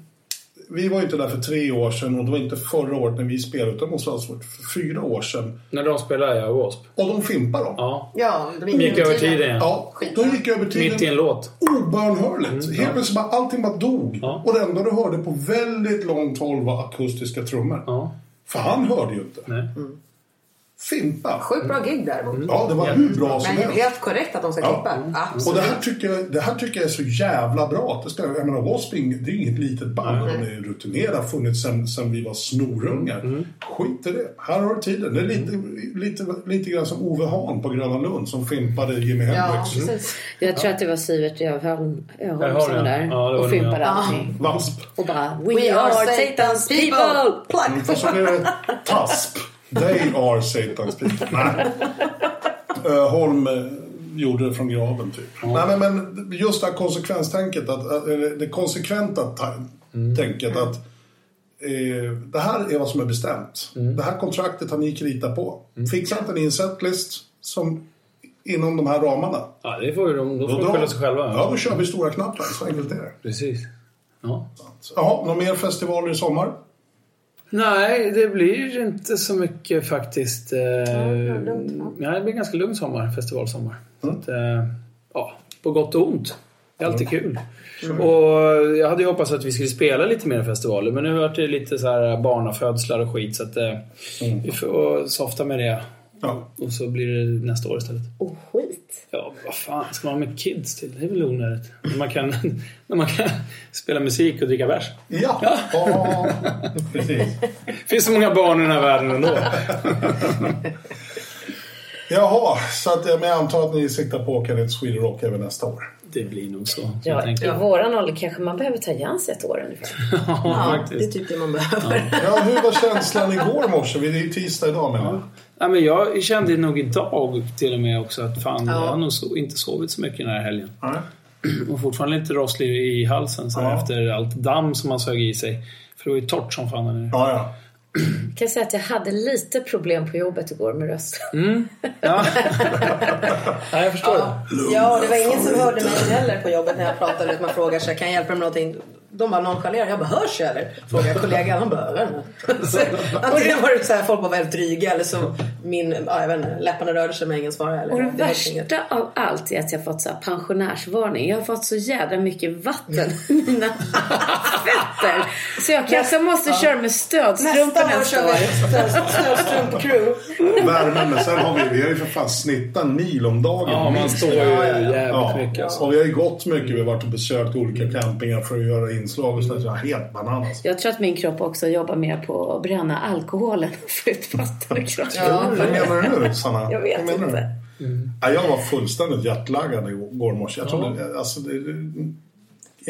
Speaker 1: Vi var ju inte där för tre år sedan och det var inte förra året när vi spelade, utan det måste alltså ha varit för fyra år sedan.
Speaker 3: När de spelar jag W.A.S.P.
Speaker 1: Och de fimpar dem.
Speaker 3: Ja.
Speaker 6: Ja, de
Speaker 3: De gick över tiden
Speaker 6: tiden.
Speaker 3: igen.
Speaker 1: Ja, de gick över
Speaker 3: Mitt i en
Speaker 1: tiden
Speaker 3: låt.
Speaker 1: obönhörligt. Helt plötsligt bara, allting bara dog.
Speaker 3: Mm, Ja.
Speaker 1: Och det enda du hörde på väldigt långt håll var akustiska trummor.
Speaker 3: Ja.
Speaker 1: För han hörde ju inte.
Speaker 3: Nej.
Speaker 1: Fimpa!
Speaker 6: Sjukt bra gig
Speaker 3: Mm.
Speaker 6: däremot.
Speaker 1: Ja, det var hur bra som
Speaker 6: Men
Speaker 1: helst.
Speaker 6: helt korrekt att de ska
Speaker 1: Ja.
Speaker 6: klippa.
Speaker 1: Och
Speaker 6: Absolut.
Speaker 1: det här, tycker jag, det här tycker jag är så jävla bra. Det spelar, jag menar, Wasp är ing- det är inget litet band. De är ju rutinerade, har funnits sen, sen vi var snorungar.
Speaker 3: Mm.
Speaker 1: Skit i det. Här har du tiden. Det är lite, lite, lite grann som Ove Hahn på Gröna Lund som fimpade Jimi
Speaker 3: Mm.
Speaker 6: Ja,
Speaker 1: Hendrix.
Speaker 6: precis.
Speaker 2: Jag tror att det var Sivert Öholm Öholm
Speaker 3: Öholm,
Speaker 2: som var
Speaker 3: ja.
Speaker 2: där
Speaker 3: Ja, det
Speaker 2: och
Speaker 3: var det
Speaker 2: fympade
Speaker 3: med.
Speaker 2: allting.
Speaker 1: Wasp.
Speaker 2: Och bara We, are Satan's people!
Speaker 3: Mm.
Speaker 6: Plack!
Speaker 1: Och så blev det TASP. They are Satan's people. Nej. Öholm eh, gjorde det från graven typ. Nej, men, men just det här konsekvenstänket. Att, att, eh, det konsekventa ta-
Speaker 3: Mm.
Speaker 1: tänket. Att eh, det här är vad som är bestämt.
Speaker 3: Mm.
Speaker 1: Det här kontraktet har ni kritat på. Fixar inte ni en setlist som, inom de här ramarna.
Speaker 3: Ja, det får ju de, de får
Speaker 1: drar-
Speaker 3: ju skylla sig själva.
Speaker 1: Ja, då kör vi stora knappen. Så enkelt är det.
Speaker 3: Precis. Ja.
Speaker 1: Jaha, några mer festivaler i sommar?
Speaker 3: Nej, det blir inte så mycket faktiskt. Eh,
Speaker 2: lugnt, va?
Speaker 3: nej, det blir ganska lugn sommar, festivalsommar. Så att, eh, ja, på gott och ont. Det är alltid kul. Och jag hade ju hoppats att vi skulle spela lite mer festivaler, men nu vart det lite så här barnafödslar och skit. Så att, eh, vi får softa med det.
Speaker 1: Ja.
Speaker 3: Och så blir det nästa år istället.
Speaker 2: Och skit.
Speaker 3: Ja, vad fan ska man ha med kids till? Det är väl onödigt. När man kan, när man kan spela musik och dricka bärs.
Speaker 1: Ja, ja. precis.
Speaker 3: finns så många barn i den här världen ändå.
Speaker 1: Jaha, så att, eh, men jag antar att ni siktar på att åka till Sweden Rock även nästa år.
Speaker 3: Det blir nog så.
Speaker 2: Ja, I
Speaker 3: tänker jag.
Speaker 2: våran ålder kanske man behöver ta Jans ett år ungefär.
Speaker 3: Ja,
Speaker 6: Ja, det är
Speaker 3: faktiskt.
Speaker 6: typ det man behöver.
Speaker 1: Ja, hur var känslan igår morse? Vi- Det är ju tisdag idag menar jag.
Speaker 3: Ja, men jag kände nog idag till och med också att fan,
Speaker 6: Ja.
Speaker 3: jag har nog so inte sovit så mycket den här helgen.
Speaker 1: Nej.
Speaker 3: Och fortfarande lite rosslig i halsen så här,
Speaker 1: Ja.
Speaker 3: efter allt damm som man sög i sig. För det var ju torrt som fan där nere.
Speaker 1: Ja, ja.
Speaker 2: Jag kan säga att jag hade lite problem på jobbet igår med rösten.
Speaker 3: Ja. ja, jag förstår.
Speaker 6: Ja, det var ingen som hörde mig heller på jobbet när jag pratade. Man frågar sig, kan jag hjälpa dig med någonting? De bara nonchalerar. Jag bara, hörs jag eller? Frågar kollegan. Han bara, "Hör du?" Så Antingen var det så här, folk var väldigt dryga eller så min, ja, jag vet inte, läpparna rörde sig men ingen svarade. Eller,
Speaker 2: Och det
Speaker 6: var inget.
Speaker 2: värsta av allt är att jag fått så här pensionärsvarning. Jag har fått så jävla mycket vatten i mina fötter. Så jag kanske måste köra med
Speaker 6: Nästa
Speaker 2: stödstrumporna
Speaker 6: år kör vi stö- snöstrump-crew.
Speaker 1: Värmen, men sen har vi, vi har ju för fan snittat en mil om dagen.
Speaker 3: Ja, man
Speaker 1: minst.
Speaker 3: står ju jävligt
Speaker 1: Ja,
Speaker 3: mycket alltså.
Speaker 1: och vi har ju gått mycket. Vi har varit och besökt olika campingar för att göra inslag och sådär. Så jag är helt bananas.
Speaker 2: Jag tror att min kropp också jobbar mer på att bränna alkoholen och få ut vatten ur kroppen.
Speaker 1: Ja, vad menar du nu, Sanna?
Speaker 2: Jag vet
Speaker 1: Vad menar du?
Speaker 2: inte.
Speaker 1: Ja, jag var fullständigt jetlaggad igår morse. Jag trodde, alltså, det, det-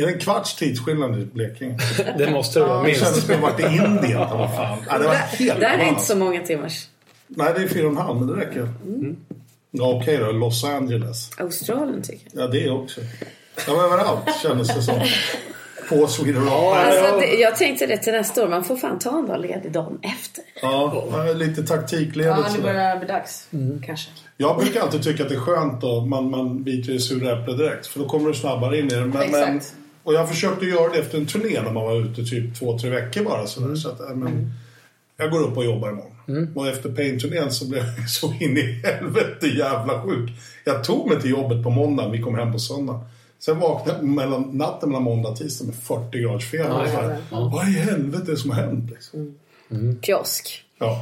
Speaker 1: är det en kvarts tidsskillnad i Blekinge?
Speaker 3: Det måste det vara
Speaker 1: Det kändes
Speaker 3: minst.
Speaker 1: som att jag varit i Indien. Vad fan. Ja, det var helt
Speaker 2: Där är det
Speaker 1: bananas.
Speaker 2: inte så många timmars.
Speaker 1: Nej, det är fyra och en halv, men det räcker.
Speaker 2: Mm.
Speaker 1: Ja, okej då. Los Angeles.
Speaker 2: Australien tycker jag.
Speaker 1: Ja, det också. Ja, men överallt kändes det som. På Sweden Rock.
Speaker 2: Alltså, det, jag tänkte det till nästa år. Man får fan ta en dag ledig dagen efter.
Speaker 1: Ja, ja, lite taktikledigt
Speaker 6: Ja, nu
Speaker 1: sådär.
Speaker 6: börjar det bli dags. Kanske.
Speaker 1: Jag brukar alltid tycka att det är skönt då man, man biter i sura äpple direkt. För då kommer du snabbare in i det. Men, men,
Speaker 6: Exakt.
Speaker 1: och jag försökte göra det efter en turné när man var ute typ två, tre veckor bara. Sådär, så att, äh, men, jag går upp och jobbar imorgon. Och efter Pain-turnén så blev jag så in i helvete jävla sjuk. Jag tog mig till jobbet på måndag, vi kom hem på söndag. Sen vaknade jag mellan, natten mellan måndag och tisdag med 40 graders feber. Och så här, Vad i helvete är det som har hänt? Liksom.
Speaker 2: Kiosk.
Speaker 1: Ja.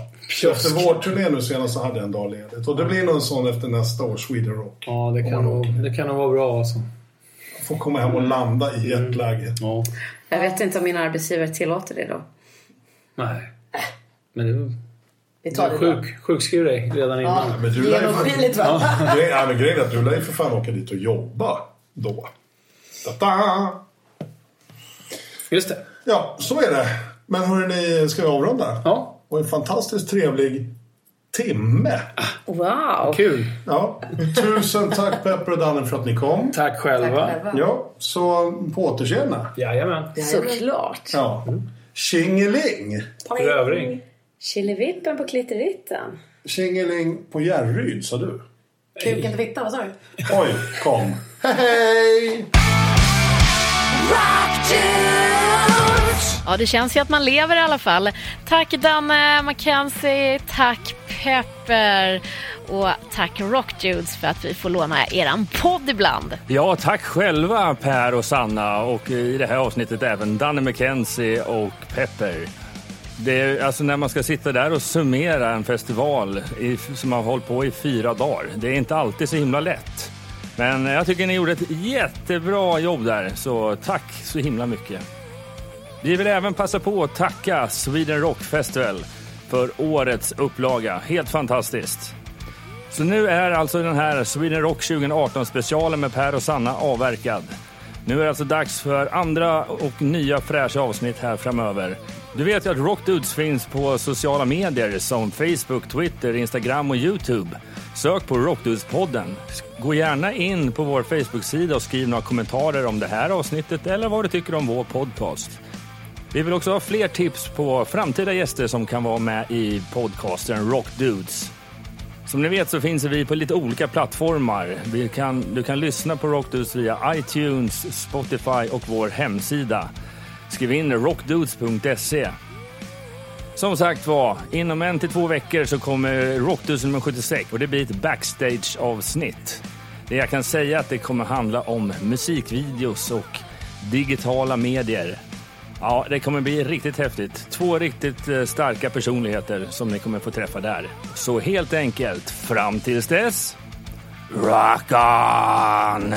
Speaker 1: Efter vårturnén nu senast så hade jag en dag ledigt. Och det blir nog en sån efter nästa år, Sweden Rock.
Speaker 3: Ja, det kan, nog, det kan nog vara bra alltså.
Speaker 1: Får komma hem och landa i ett läge.
Speaker 3: Ja.
Speaker 2: Jag vet inte om min arbetsgivare tillåter det då.
Speaker 3: Nej. Men du,
Speaker 6: Vi
Speaker 3: du är
Speaker 6: tar det då.
Speaker 3: sjuk, sjukskriv dig redan innan.
Speaker 6: Ja,
Speaker 1: Men du lär ju-
Speaker 6: Genomskinligt va?
Speaker 1: Det är, ja, men grejen är att du lär ju för fan åka dit och jobba då. Ta-ta!
Speaker 3: Just det.
Speaker 1: Ja, så är det. Men hörni, ska vi avrunda?
Speaker 3: Ja.
Speaker 1: Det var en fantastiskt trevlig timme.
Speaker 2: Wow!
Speaker 3: Kul.
Speaker 1: Ja. Tusen tack Pepper och Danne för att ni kom.
Speaker 3: Tack själva.
Speaker 6: Tack själva.
Speaker 1: Ja, så på återseende.
Speaker 3: Jajamän.
Speaker 2: Såklart.
Speaker 1: Ja. Tjingeling!
Speaker 3: Rövring.
Speaker 2: Killevippen på klitteritten.
Speaker 1: Tjingeling på Järryd sa du.
Speaker 6: Kuken till fittan, vad sa du?
Speaker 1: Oj, kom. Hej, hej!
Speaker 5: Ja, det känns ju att man lever i alla fall. Tack Danne Mackenzie, tack Pepper och tack Rockdudes för att vi får låna eran podd ibland.
Speaker 4: Ja, tack själva Per och Sanna och i det här avsnittet även Danny McKenzie och Pepper. Det är, alltså när man ska sitta där och summera en festival i, som har hållit på i fyra dagar, det är inte alltid så himla lätt. Men jag tycker ni gjorde ett jättebra jobb där, så tack så himla mycket. Vi vill även passa på att tacka Sweden Rock Festival för årets upplaga. Helt fantastiskt. Så nu är alltså den här Sweden Rock 2018 specialen med Per och Sanna avverkad. Nu är det alltså dags för andra och nya fräscha avsnitt här framöver. Du vet ju att Rockdudes finns på sociala medier som Facebook, Twitter, Instagram och Youtube. Sök på Rockdudes-podden. Gå gärna in på vår Facebook-sida och skriv några kommentarer om det här avsnittet eller vad du tycker om vår podcast. Vi vill också ha fler tips på framtida gäster som kan vara med i podcasten Rockdudes. Som ni vet så finns vi på lite olika plattformar. Vi kan, du kan lyssna på Rockdudes via iTunes, Spotify och vår hemsida. Skriv in rockdudes.se. Som sagt var, inom en till två veckor så kommer Rockdudes nummer 76 och det blir ett backstage-avsnitt. Det jag kan säga är att det kommer handla om musikvideos och digitala medier. Ja, det kommer bli riktigt häftigt. Två riktigt eh, starka personligheter som ni kommer få träffa där. Så helt enkelt, fram tills dess, rock on!